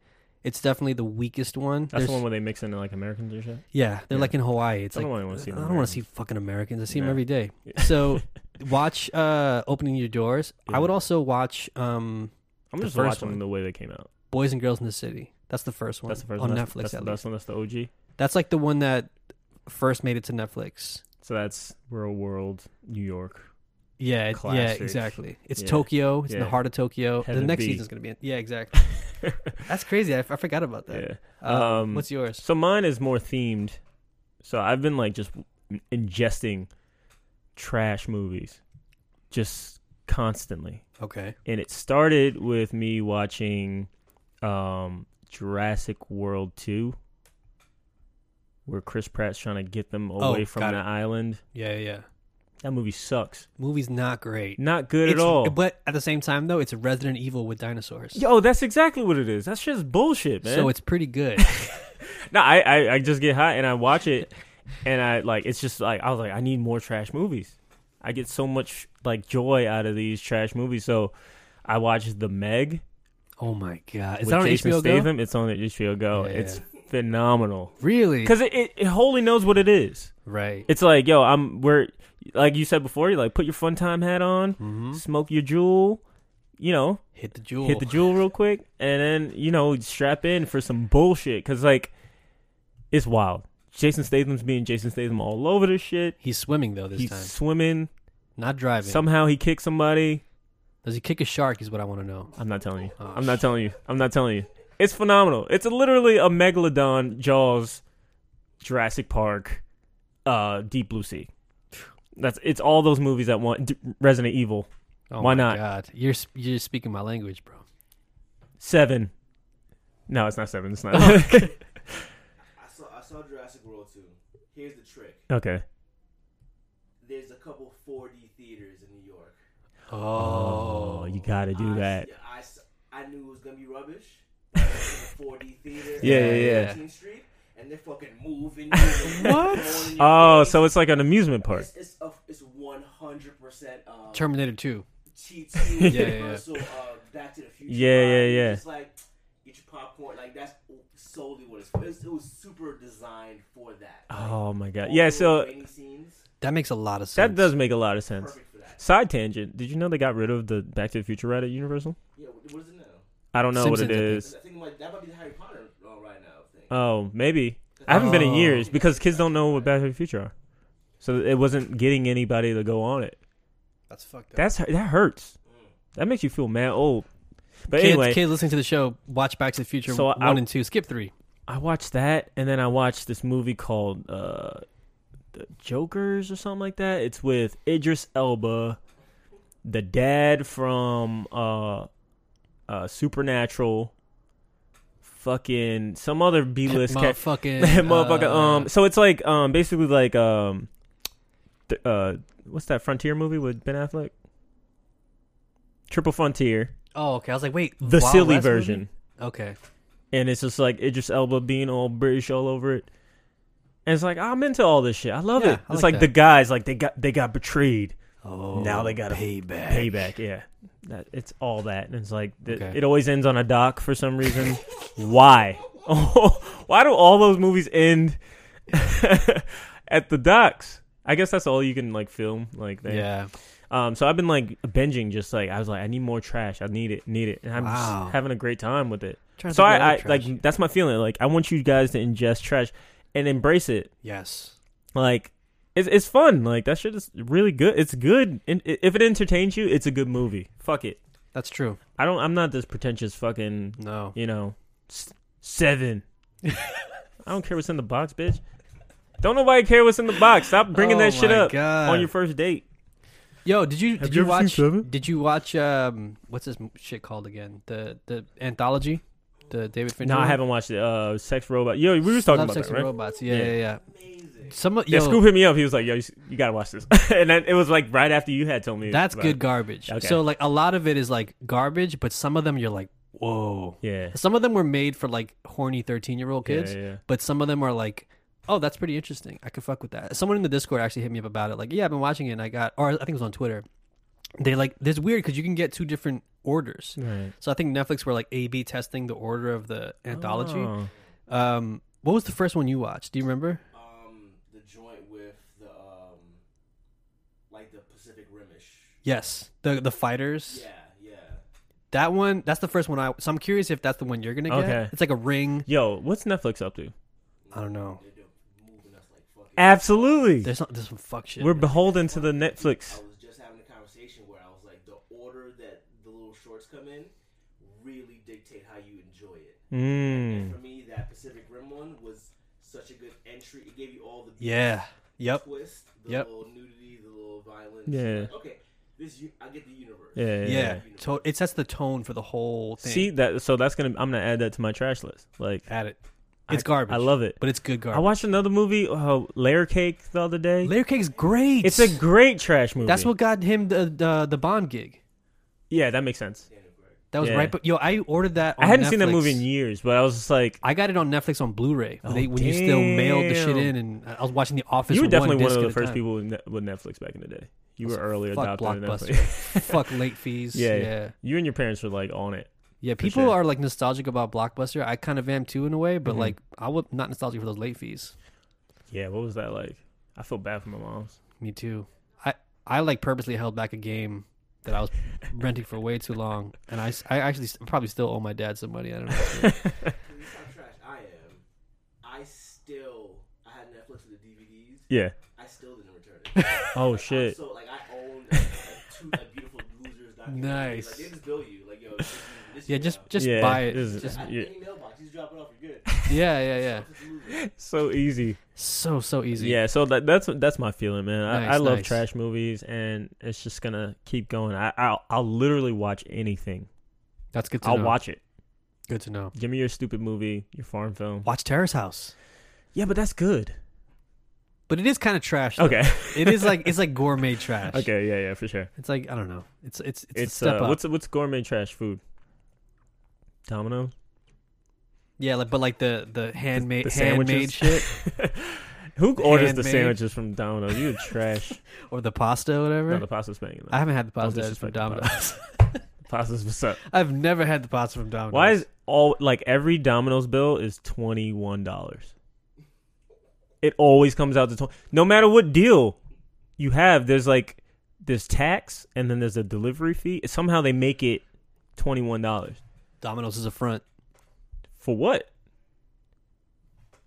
Speaker 1: It's definitely the weakest one.
Speaker 2: That's
Speaker 1: There's-
Speaker 2: the one where they mix in like Americans or shit.
Speaker 1: yeah, they're
Speaker 2: yeah.
Speaker 1: like in Hawaii. It's
Speaker 2: I don't
Speaker 1: like
Speaker 2: really wanna see
Speaker 1: I don't want
Speaker 2: Americans.
Speaker 1: to see fucking Americans. I see them
Speaker 2: Yeah.
Speaker 1: every day.
Speaker 2: Yeah.
Speaker 1: So watch uh, opening your doors. I
Speaker 2: Yeah.
Speaker 1: would also watch um,
Speaker 2: I'm
Speaker 1: The
Speaker 2: just
Speaker 1: first
Speaker 2: watching
Speaker 1: one.
Speaker 2: the way they came out.
Speaker 1: Boys and Girls in the City. That's the first one
Speaker 2: That's the first
Speaker 1: on Netflix.
Speaker 2: one. That's, that's
Speaker 1: at
Speaker 2: the
Speaker 1: least
Speaker 2: best one. That's the OG.
Speaker 1: that's like the one that first made it to Netflix.
Speaker 2: So that's real world New York.
Speaker 1: Yeah, it-
Speaker 2: Classic.
Speaker 1: yeah, exactly. It's
Speaker 2: Yeah.
Speaker 1: Tokyo. It's in the
Speaker 2: Yeah.
Speaker 1: heart of Tokyo.
Speaker 2: Had
Speaker 1: the
Speaker 2: to
Speaker 1: next
Speaker 2: be.
Speaker 1: season's gonna be. In, yeah, exactly. That's crazy. I, f- I forgot about that.
Speaker 2: yeah.
Speaker 1: Uh,
Speaker 2: Um,
Speaker 1: what's yours?
Speaker 2: So mine is more themed. So I've been like just ingesting trash movies, just constantly.
Speaker 1: Okay.
Speaker 2: and it started with me watching um Jurassic World 2 where Chris Pratt's trying to get them
Speaker 1: Oh,
Speaker 2: away from
Speaker 1: got
Speaker 2: the
Speaker 1: it.
Speaker 2: island.
Speaker 1: Yeah, yeah, yeah.
Speaker 2: That movie sucks.
Speaker 1: Movie's not great.
Speaker 2: Not good
Speaker 1: It's-
Speaker 2: at all.
Speaker 1: But at the same time, though, it's Resident Evil with dinosaurs.
Speaker 2: Yo, that's exactly what it is. That's just bullshit, man.
Speaker 1: So it's pretty good.
Speaker 2: no, I, I I just get hot and I watch it and I like it's just like I was like I need more trash movies. I get so much like joy out of these trash movies. So I watched The Meg.
Speaker 1: oh my god! Is
Speaker 2: with
Speaker 1: that on
Speaker 2: Jason
Speaker 1: HBO Go?
Speaker 2: Statham. It's on HBO Go.
Speaker 1: Yeah, yeah,
Speaker 2: it's phenomenal.
Speaker 1: Really?
Speaker 2: because it, it, it wholly knows what it is.
Speaker 1: Right.
Speaker 2: It's like, yo, I'm we're like you said before, you like put your fun time hat on,
Speaker 1: Mhm.
Speaker 2: smoke your jewel, you know,
Speaker 1: Hit the jewel.
Speaker 2: hit the jewel real quick, and then you know strap in for some bullshit because like it's wild. Jason Statham's being Jason Statham all over this shit.
Speaker 1: He's swimming though this
Speaker 2: He's
Speaker 1: time,
Speaker 2: swimming.
Speaker 1: not driving.
Speaker 2: Somehow he kicked somebody.
Speaker 1: Does he kick a shark? Is what I want to know.
Speaker 2: I'm not telling you.
Speaker 1: Oh,
Speaker 2: I'm not telling you. I'm not telling you. It's phenomenal. It's literally a megalodon, Jaws, Jurassic Park, uh, Deep Blue Sea. That's it's all those movies that want D- Resident Evil
Speaker 1: Oh my
Speaker 2: Why not?
Speaker 1: God, you're sp- you're speaking my language, bro.
Speaker 2: Seven. No, it's not seven. It's not.
Speaker 3: I saw I saw Jurassic World too. Here's the trick.
Speaker 2: okay.
Speaker 3: There's a couple 4D theaters in New York.
Speaker 2: Oh, you gotta do
Speaker 3: I-
Speaker 2: that.
Speaker 3: I, s- I knew it was gonna be rubbish. 4D theater.
Speaker 2: Yeah,
Speaker 3: at
Speaker 1: yeah, yeah.
Speaker 3: 18th Street, and and they're fucking moving. what?
Speaker 2: Oh, so it's like an amusement park.
Speaker 3: It's it's, a- it's 100% um,
Speaker 1: Terminator 2.
Speaker 3: T2
Speaker 1: Yeah, yeah, yeah.
Speaker 3: Universal uh, Back to the Future.
Speaker 2: Yeah, yeah,
Speaker 3: vibe.
Speaker 2: yeah.
Speaker 3: It's like get your popcorn. Like that's solely what it's for. It's, it was super designed for that. Like,
Speaker 2: Oh my god.
Speaker 3: all
Speaker 2: Yeah,
Speaker 3: those
Speaker 2: so
Speaker 3: rainy scenes,
Speaker 1: That makes a lot of sense.
Speaker 2: that does make a lot of sense.
Speaker 3: perfect for that.
Speaker 2: Side tangent, did you know they got rid of the Back to the Future ride at Universal?
Speaker 3: Yeah, what, what is it now?
Speaker 2: I don't know what
Speaker 1: Simpsons,
Speaker 2: it
Speaker 1: I think.
Speaker 2: is.
Speaker 3: I think like that might be the Harry Potter uh, right now thing.
Speaker 2: Oh, maybe. I haven't been in
Speaker 1: Oh.
Speaker 2: years because kids don't know what Back to the Future are. So it wasn't getting anybody to go on it.
Speaker 1: That's fucked up.
Speaker 2: That's that hurts. That makes you feel mad old. But
Speaker 1: kids,
Speaker 2: anyway,
Speaker 1: kids listening to the show, watch Back to the Future
Speaker 2: So I-
Speaker 1: 1 and 2. Skip 3.
Speaker 2: I watched that, and then I watched this movie called uh, The Jokers or something like that. It's with Idris Elba, the dad from uh, uh, Supernatural, fucking some other B list cat,
Speaker 1: Motherfucking.
Speaker 2: motherfucker.
Speaker 1: uh,
Speaker 2: um, so it's like um, basically like um, th- uh, what's that Frontier movie with Ben Affleck? Triple Frontier,
Speaker 1: Oh, okay. I was like, wait.
Speaker 2: the
Speaker 1: Wild
Speaker 2: silly
Speaker 1: West
Speaker 2: version
Speaker 1: movie? Okay.
Speaker 2: and it's just like Idris Elba being all British all over it. And it's like I'm into all this shit. I love
Speaker 1: Yeah,
Speaker 2: it.
Speaker 1: I
Speaker 2: It's
Speaker 1: like
Speaker 2: like, the
Speaker 1: that.
Speaker 2: guys like they got they got betrayed.
Speaker 1: Oh,
Speaker 2: now they got to
Speaker 1: payback.
Speaker 2: payback. Yeah, that, it's all that, and it's like th-
Speaker 1: Okay.
Speaker 2: it always ends on a dock for some reason. Why? Oh, why do all those movies end at the docks? I guess that's all you can like film like there.
Speaker 1: Yeah.
Speaker 2: Um, so I've been like binging, just like I was like, I need more trash. I need it, need it, and I'm
Speaker 1: Wow.
Speaker 2: just having a great time with it.
Speaker 1: Trying to
Speaker 2: So
Speaker 1: think of
Speaker 2: I, I
Speaker 1: other trash.
Speaker 2: like that's my feeling. Like I want you guys to ingest trash and embrace it.
Speaker 1: Yes.
Speaker 2: Like it's it's fun. Like that shit is really good. It's good. And i- if it entertains you, it's a good movie. Fuck it.
Speaker 1: That's true.
Speaker 2: I don't. I'm not this pretentious fucking.
Speaker 1: No.
Speaker 2: You know, s- seven. I don't care what's in the box, bitch. Don't nobody care what's in the box. Stop bringing
Speaker 1: Oh
Speaker 2: that shit
Speaker 1: my
Speaker 2: up
Speaker 1: God.
Speaker 2: on your first date.
Speaker 1: Yo, did you
Speaker 2: Have
Speaker 1: did
Speaker 2: you
Speaker 1: you,
Speaker 2: ever seen
Speaker 1: watch
Speaker 2: Seven?
Speaker 1: did you watch um what's this m- shit called again? The the anthology, the David Fincher.
Speaker 2: No, I
Speaker 1: one?
Speaker 2: haven't watched it. Uh, Sex Robot. Yo, we were just talking
Speaker 1: Love,
Speaker 2: about
Speaker 1: Sex
Speaker 2: that,
Speaker 1: and
Speaker 2: right?
Speaker 1: Robots. Yeah,
Speaker 2: Yeah.
Speaker 1: yeah, yeah.
Speaker 3: Amazing.
Speaker 1: Some of-
Speaker 2: Yeah,
Speaker 1: yo,
Speaker 2: Scoop hit me up. He was like, "Yo, you, s- you gotta watch this," and then it was like right after you had told me.
Speaker 1: that's
Speaker 2: about
Speaker 1: good
Speaker 2: it.
Speaker 1: garbage.
Speaker 2: Okay.
Speaker 1: So like a lot of it is like garbage, but some of them you're like, whoa.
Speaker 2: Yeah.
Speaker 1: Some of them were made for like horny thirteen year old
Speaker 2: Yeah,
Speaker 1: kids,
Speaker 2: yeah, yeah.
Speaker 1: but some of them are like, oh, that's pretty interesting. I could fuck with that. Someone in the Discord actually hit me up about it. Like, yeah, I've been watching it, and I got, or I think it was on Twitter. They like, this weird because you can get two different orders.
Speaker 2: Right.
Speaker 1: So I think Netflix were like A/B testing the order of the anthology.
Speaker 2: Oh.
Speaker 1: Um, what was the first one you watched? Do you remember?
Speaker 2: Uh.
Speaker 3: Um, the joint with the um, like the Pacific Rimish.
Speaker 1: Yes, the the fighters.
Speaker 3: Yeah, yeah.
Speaker 1: That one. That's the first one I. So I'm curious if that's the one you're gonna get.
Speaker 2: Okay.
Speaker 1: It's like a ring.
Speaker 2: Yo, what's Netflix up to?
Speaker 1: I don't know.
Speaker 3: They're doing- moving us like fucking.
Speaker 2: Absolutely.
Speaker 1: There's some, there's some fuck shit.
Speaker 2: We're beholden to the Netflix.
Speaker 3: I was just having a conversation where I was like, the order that the little shorts come in really dictate how you enjoy it. And
Speaker 2: Mm.
Speaker 1: Hmm.
Speaker 3: for me, that Pacific Rim one was such a good entry. It gave you all the
Speaker 1: yeah. Yep.
Speaker 3: twist, the
Speaker 1: Yep.
Speaker 3: little nudity, the little violence.
Speaker 2: Yeah.
Speaker 3: Like, okay, this u- I get the universe.
Speaker 2: Yeah.
Speaker 1: Yeah.
Speaker 2: yeah, yeah.
Speaker 1: To- it sets the tone for the whole thing.
Speaker 2: See that? So that's gonna. I'm gonna add that to my trash list. Like,
Speaker 1: at it. It's
Speaker 2: I-
Speaker 1: garbage.
Speaker 2: I love it.
Speaker 1: but it's good
Speaker 2: I
Speaker 1: garbage.
Speaker 2: watched another movie, uh, Layer Cake, the other day.
Speaker 1: Layer Cake's great.
Speaker 2: It's a great trash movie.
Speaker 1: That's what got him the the, the Bond gig.
Speaker 2: Yeah, that makes sense.
Speaker 1: That was
Speaker 2: Yeah.
Speaker 1: right. But yo, I ordered that. On
Speaker 2: I hadn't seen that
Speaker 1: Netflix.
Speaker 2: movie in years, but I was just like,
Speaker 1: I got it on Netflix on Blu-ray. when they, when you still
Speaker 2: damn.
Speaker 1: mailed the shit in, and I was watching The Office.
Speaker 2: you were
Speaker 1: one
Speaker 2: definitely
Speaker 1: disc
Speaker 2: one of
Speaker 1: at
Speaker 2: the
Speaker 1: a
Speaker 2: first
Speaker 1: time.
Speaker 2: people with, Net- with Netflix back in the day. You were early
Speaker 1: Fuck
Speaker 2: adopter than
Speaker 1: blockbuster.
Speaker 2: Netflix.
Speaker 1: fuck late fees.
Speaker 2: Yeah,
Speaker 1: Yeah,
Speaker 2: yeah.
Speaker 1: yeah.
Speaker 2: You and your parents were like on it.
Speaker 1: people
Speaker 2: sure.
Speaker 1: are like nostalgic about blockbuster. I kind of am too in a way, but
Speaker 2: Mhm.
Speaker 1: like I would not nostalgic for those late fees.
Speaker 2: Yeah, what was that like? I feel bad for my mom's.
Speaker 1: Me too. I I like purposely held back a game that I was renting for way too long, and I, s- I actually s- probably still owe my dad some money. I don't know.
Speaker 3: Can you stop trash? I am. I still. I had Netflix with the DVDs.
Speaker 2: Yeah.
Speaker 3: I still didn't return it.
Speaker 2: Oh
Speaker 3: I'm
Speaker 2: shit.
Speaker 3: so like I own like, two like, beautiful losers. documentaries.
Speaker 1: Nice.
Speaker 3: Like, they just bill you like yo. This, this
Speaker 1: Yeah,
Speaker 3: you
Speaker 1: just
Speaker 3: now.
Speaker 1: just
Speaker 2: yeah,
Speaker 1: buy it.
Speaker 2: it's-
Speaker 1: Just-
Speaker 3: I,
Speaker 2: yeah.
Speaker 3: any mailbox. You just drop it off. You're good.
Speaker 1: yeah, yeah, yeah.
Speaker 3: It's a loser.
Speaker 2: so easy.
Speaker 1: So so easy.
Speaker 2: Yeah, so that, that's that's my feeling, man. I,
Speaker 1: Nice,
Speaker 2: I love
Speaker 1: nice.
Speaker 2: trash movies, and it's just gonna keep going. I I'll, I'll literally watch anything.
Speaker 1: that's good to
Speaker 2: I'll
Speaker 1: know.
Speaker 2: watch it.
Speaker 1: Good to know.
Speaker 2: Give me your stupid movie, your farm film.
Speaker 1: Watch Terrace House,
Speaker 2: Yeah, but that's good.
Speaker 1: but it is kind of trash. though.
Speaker 2: Okay.
Speaker 1: it is like it's like gourmet trash.
Speaker 2: okay. Yeah. Yeah. For sure.
Speaker 1: It's like I don't know. It's it's it's,
Speaker 2: It's
Speaker 1: a step
Speaker 2: uh,
Speaker 1: up.
Speaker 2: what's what's gourmet trash food? Domino.
Speaker 1: Yeah, like but like the the handmade
Speaker 2: The
Speaker 1: handmade
Speaker 2: sandwiches.
Speaker 1: shit
Speaker 2: Who orders the
Speaker 1: Handmade.
Speaker 2: sandwiches from Domino's? You trash.
Speaker 1: or the pasta or whatever.
Speaker 2: no, the pasta's banging.
Speaker 1: I
Speaker 2: Though.
Speaker 1: haven't had the pasta
Speaker 2: disrespect
Speaker 1: from
Speaker 2: the pasta.
Speaker 1: Domino's.
Speaker 2: Pasta's what's up.
Speaker 1: I've never had the pasta from Domino's.
Speaker 2: Why is all like every Domino's bill is twenty one dollars? It always comes out to twenty. No matter what deal you have, there's like there's tax and then there's a delivery fee. Somehow they make it twenty one dollars
Speaker 1: Domino's is a front?
Speaker 2: for what?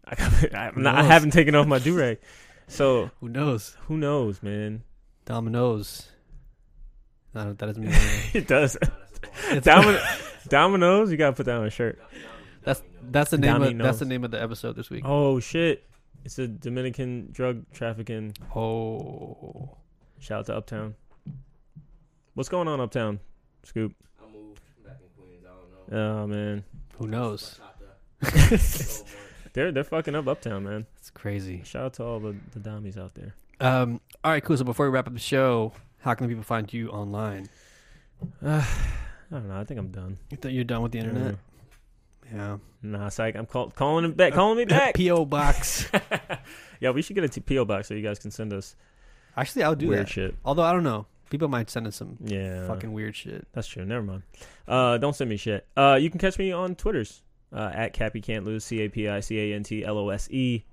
Speaker 2: I, I'm not, I
Speaker 1: knows?
Speaker 2: haven't taken off my do rag, so
Speaker 1: Who knows?
Speaker 2: who knows, man?
Speaker 1: Domino's. I don't, that doesn't mean anything.
Speaker 2: It does.
Speaker 1: It's-
Speaker 2: Domino, Domino's, you gotta put that on a shirt.
Speaker 1: that's that's the name of,
Speaker 2: Domino's.
Speaker 1: that's the name of the episode this week.
Speaker 2: Oh shit! It's a Dominican drug trafficking
Speaker 1: Oh.
Speaker 2: Shout out to Uptown. What's going on Uptown? Scoop.
Speaker 3: I moved back in Queens. I don't know.
Speaker 2: Oh man,
Speaker 1: Who knows?
Speaker 3: knows?
Speaker 2: they're they're fucking up Uptown, man.
Speaker 1: It's crazy.
Speaker 2: Shout out to all the the dummies out there.
Speaker 1: Um, all right, cool. So before we wrap up the show, how can people find you online?
Speaker 2: I don't know. I think I'm done.
Speaker 1: You th- you're done with the internet? Yeah.
Speaker 2: Nah, psych. I'm call, calling him back. Calling
Speaker 1: Uh,
Speaker 2: me back.
Speaker 1: P.O. Box.
Speaker 2: yeah, we should get a t- PO box so you guys can send us
Speaker 1: Actually, I'll do
Speaker 2: weird
Speaker 1: that.
Speaker 2: shit.
Speaker 1: Although, I don't know. People might send us some
Speaker 2: Yeah,
Speaker 1: fucking weird shit.
Speaker 2: that's true. Never mind. Uh, don't send me shit. Uh, you can catch me on Twitters uh, at Cappy Can't Lose. C A P I C A N T L O S E.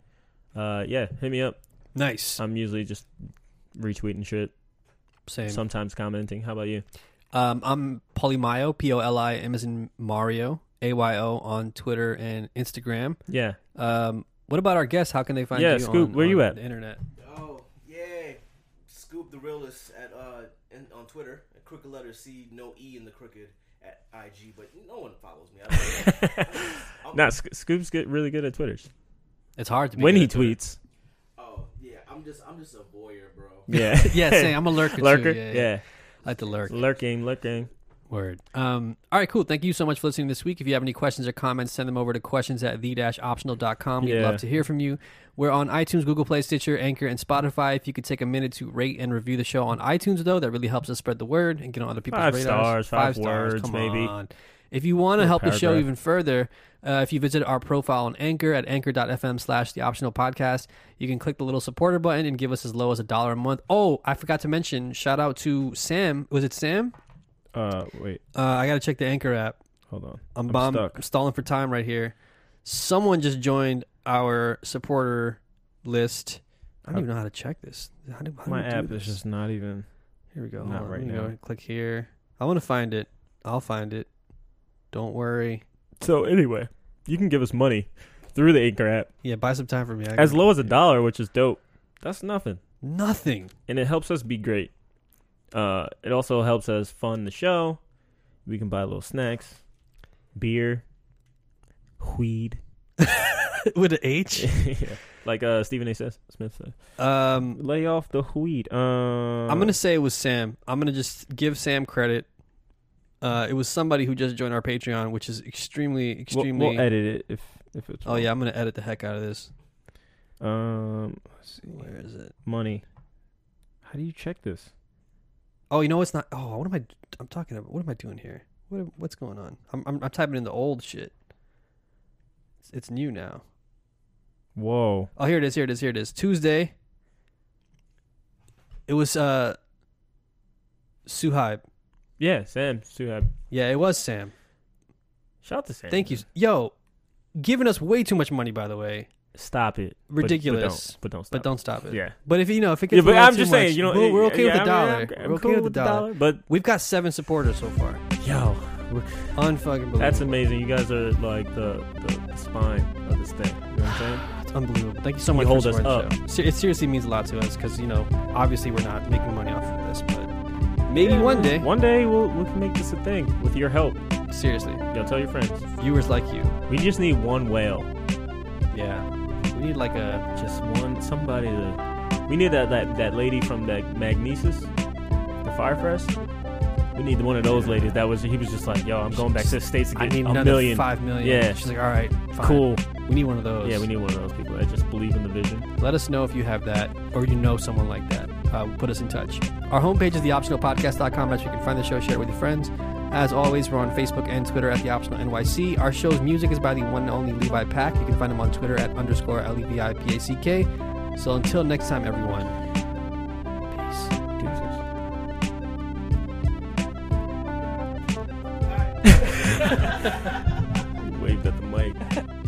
Speaker 2: Uh, yeah, hit me up.
Speaker 1: Nice.
Speaker 2: I'm usually just retweeting shit,
Speaker 1: Same.
Speaker 2: sometimes commenting. How about you?
Speaker 1: Um, I'm Polymyo, P O L I M as in Mario, A Y O on Twitter and Instagram.
Speaker 2: Yeah.
Speaker 1: Um, what about our guests? How can they find
Speaker 2: Yeah,
Speaker 1: you?
Speaker 2: Scoop,
Speaker 1: on-
Speaker 2: where you
Speaker 1: on
Speaker 2: at?
Speaker 1: The internet.
Speaker 3: Oh yeah, Scoop the realist at uh in, on Twitter at crooked letter C no E in the crooked at IG, but no one follows me. I don't know.
Speaker 2: Nah, Sco- Scoop's get really good at Twitters.
Speaker 1: It's hard to be
Speaker 2: When
Speaker 1: good
Speaker 2: he
Speaker 1: at Twitter.
Speaker 2: tweets.
Speaker 3: oh yeah, I'm just I'm just a voyeur, bro.
Speaker 2: Yeah.
Speaker 1: yeah, same. I'm a lurker. too.
Speaker 2: Lurker.
Speaker 1: Yeah,
Speaker 2: Yeah.
Speaker 1: yeah. I like to lurk.
Speaker 2: Lurking, lurking.
Speaker 1: Word. Um, all right, cool. Thank you so much for listening this week. If you have any questions or comments, send them over to questions at the-optional.com. We'd
Speaker 2: Yeah.
Speaker 1: love to hear from you. We're on iTunes, Google Play, Stitcher, Anchor, and Spotify. If you could take a minute to rate and review the show on iTunes, though, that really helps us spread the word and get on other people's
Speaker 2: Five
Speaker 1: radars.
Speaker 2: stars, five words, maybe.
Speaker 1: on. If you want to help the show
Speaker 2: paragraph.
Speaker 1: even further, uh, if you visit our profile on Anchor at anchor.fm slash the optional podcast, you can click the little supporter button and give us as low as a dollar a month. Oh, I forgot to mention, shout out to Sam. Was it Sam?
Speaker 2: Uh wait,
Speaker 1: Uh, I got to check the Anchor app.
Speaker 2: hold on.
Speaker 1: I'm, bomb- I'm stalling for time right here. Someone just joined our supporter list. I don't even know how to check this. How do, how do
Speaker 2: Uh, My
Speaker 1: we do
Speaker 2: app is
Speaker 1: this?
Speaker 2: just not even
Speaker 1: here we go.
Speaker 2: not
Speaker 1: Hold on.
Speaker 2: right
Speaker 1: Let me
Speaker 2: now.
Speaker 1: go and click here. I want to find it. I'll find it. Don't worry.
Speaker 2: So anyway, you can give us money through the Anchor app.
Speaker 1: Yeah, buy some time for me. I
Speaker 2: As
Speaker 1: got-
Speaker 2: low as a dollar, which is dope. That's nothing.
Speaker 1: nothing.
Speaker 2: And it helps us be great. Uh it also helps us fund the show. We can buy little snacks, beer, weed.
Speaker 1: With an H.
Speaker 2: yeah. Like uh Stephen A. Smith said.
Speaker 1: Um,
Speaker 2: Lay off the weed. Uh,
Speaker 1: I'm gonna say it was Sam. I'm gonna just give Sam credit. Uh, it was somebody who just joined our Patreon, which is extremely,
Speaker 2: We'll-
Speaker 1: extremely.
Speaker 2: We'll, edit it if if it's.
Speaker 1: oh yeah, I'm gonna edit the heck out of this.
Speaker 2: Um, let's see.
Speaker 1: Where is it?
Speaker 2: money. How do you check this?
Speaker 1: Oh, you know it's not. Oh, what am I? I'm talking about. What am I doing here? What am- what's going on? I'm I'm, I'm typing in the old shit. It's, it's new now.
Speaker 2: Whoa.
Speaker 1: Oh, here it is. Here it is. Here it is. Tuesday. It was uh. Suhaib.
Speaker 2: Yeah, Sam Suhab.
Speaker 1: Yeah, it was Sam.
Speaker 2: Shout out to Sam.
Speaker 1: Thank you, yo. Giving us way too much money, by the way.
Speaker 2: Stop it. But-
Speaker 1: Ridiculous.
Speaker 2: But, don't.
Speaker 1: But
Speaker 2: But don't. Stop
Speaker 1: don't stop
Speaker 2: it.
Speaker 1: it.
Speaker 2: Yeah.
Speaker 1: But if you know, if it
Speaker 2: Yeah,
Speaker 1: gets a
Speaker 2: but
Speaker 1: little
Speaker 2: I'm
Speaker 1: too
Speaker 2: just saying,
Speaker 1: much,
Speaker 2: you know,
Speaker 1: we're, we're okay
Speaker 2: yeah,
Speaker 1: with the
Speaker 2: I
Speaker 1: dollar.
Speaker 2: mean, I'm- I'm
Speaker 1: we're okay
Speaker 2: cool
Speaker 1: with the dollar.
Speaker 2: But
Speaker 1: We've got seven supporters so far.
Speaker 2: yo,
Speaker 1: Unfucking believable.
Speaker 2: that's amazing. You guys are like the, the, the spine of this thing. You know what I'm saying?
Speaker 1: It's unbelievable. Thank you so
Speaker 2: You
Speaker 1: much
Speaker 2: hold
Speaker 1: for
Speaker 2: us
Speaker 1: supporting the
Speaker 2: up.
Speaker 1: show. Se- It seriously means a lot to us because you know, obviously, we're not making money off of this, but maybe
Speaker 2: Yeah,
Speaker 1: one
Speaker 2: man.
Speaker 1: day.
Speaker 2: One day we'll we can make this a thing with your help.
Speaker 1: Seriously,
Speaker 2: Yo, tell your friends.
Speaker 1: viewers like you.
Speaker 2: We just need one whale.
Speaker 1: Yeah, we need like a
Speaker 2: Just one somebody to. We need that that, that lady from that Magnesis, the Firefest. We need one of those ladies that was. He was just like, "Yo, I'm going back to the states to
Speaker 1: I
Speaker 2: get
Speaker 1: need
Speaker 2: a
Speaker 1: another
Speaker 2: million.
Speaker 1: five million.
Speaker 2: Yeah.
Speaker 1: she's like, all right, fine.
Speaker 2: Cool.
Speaker 1: We need one of those.
Speaker 2: Yeah, we need one of those people that just believe in the vision.
Speaker 1: Let us know if you have that or you know someone like that. Uh, put us in touch. Our homepage is theoptionalpodcast.com. That's where you can find the show, share it with your friends. As always, we're on Facebook and Twitter at The Optional NYC. Our show's music is by the one and only Levi Pack. You can find him on Twitter at underscore E L-E-V-I-P-A-C-K. So until next time, everyone, peace.
Speaker 2: Waved at the mic.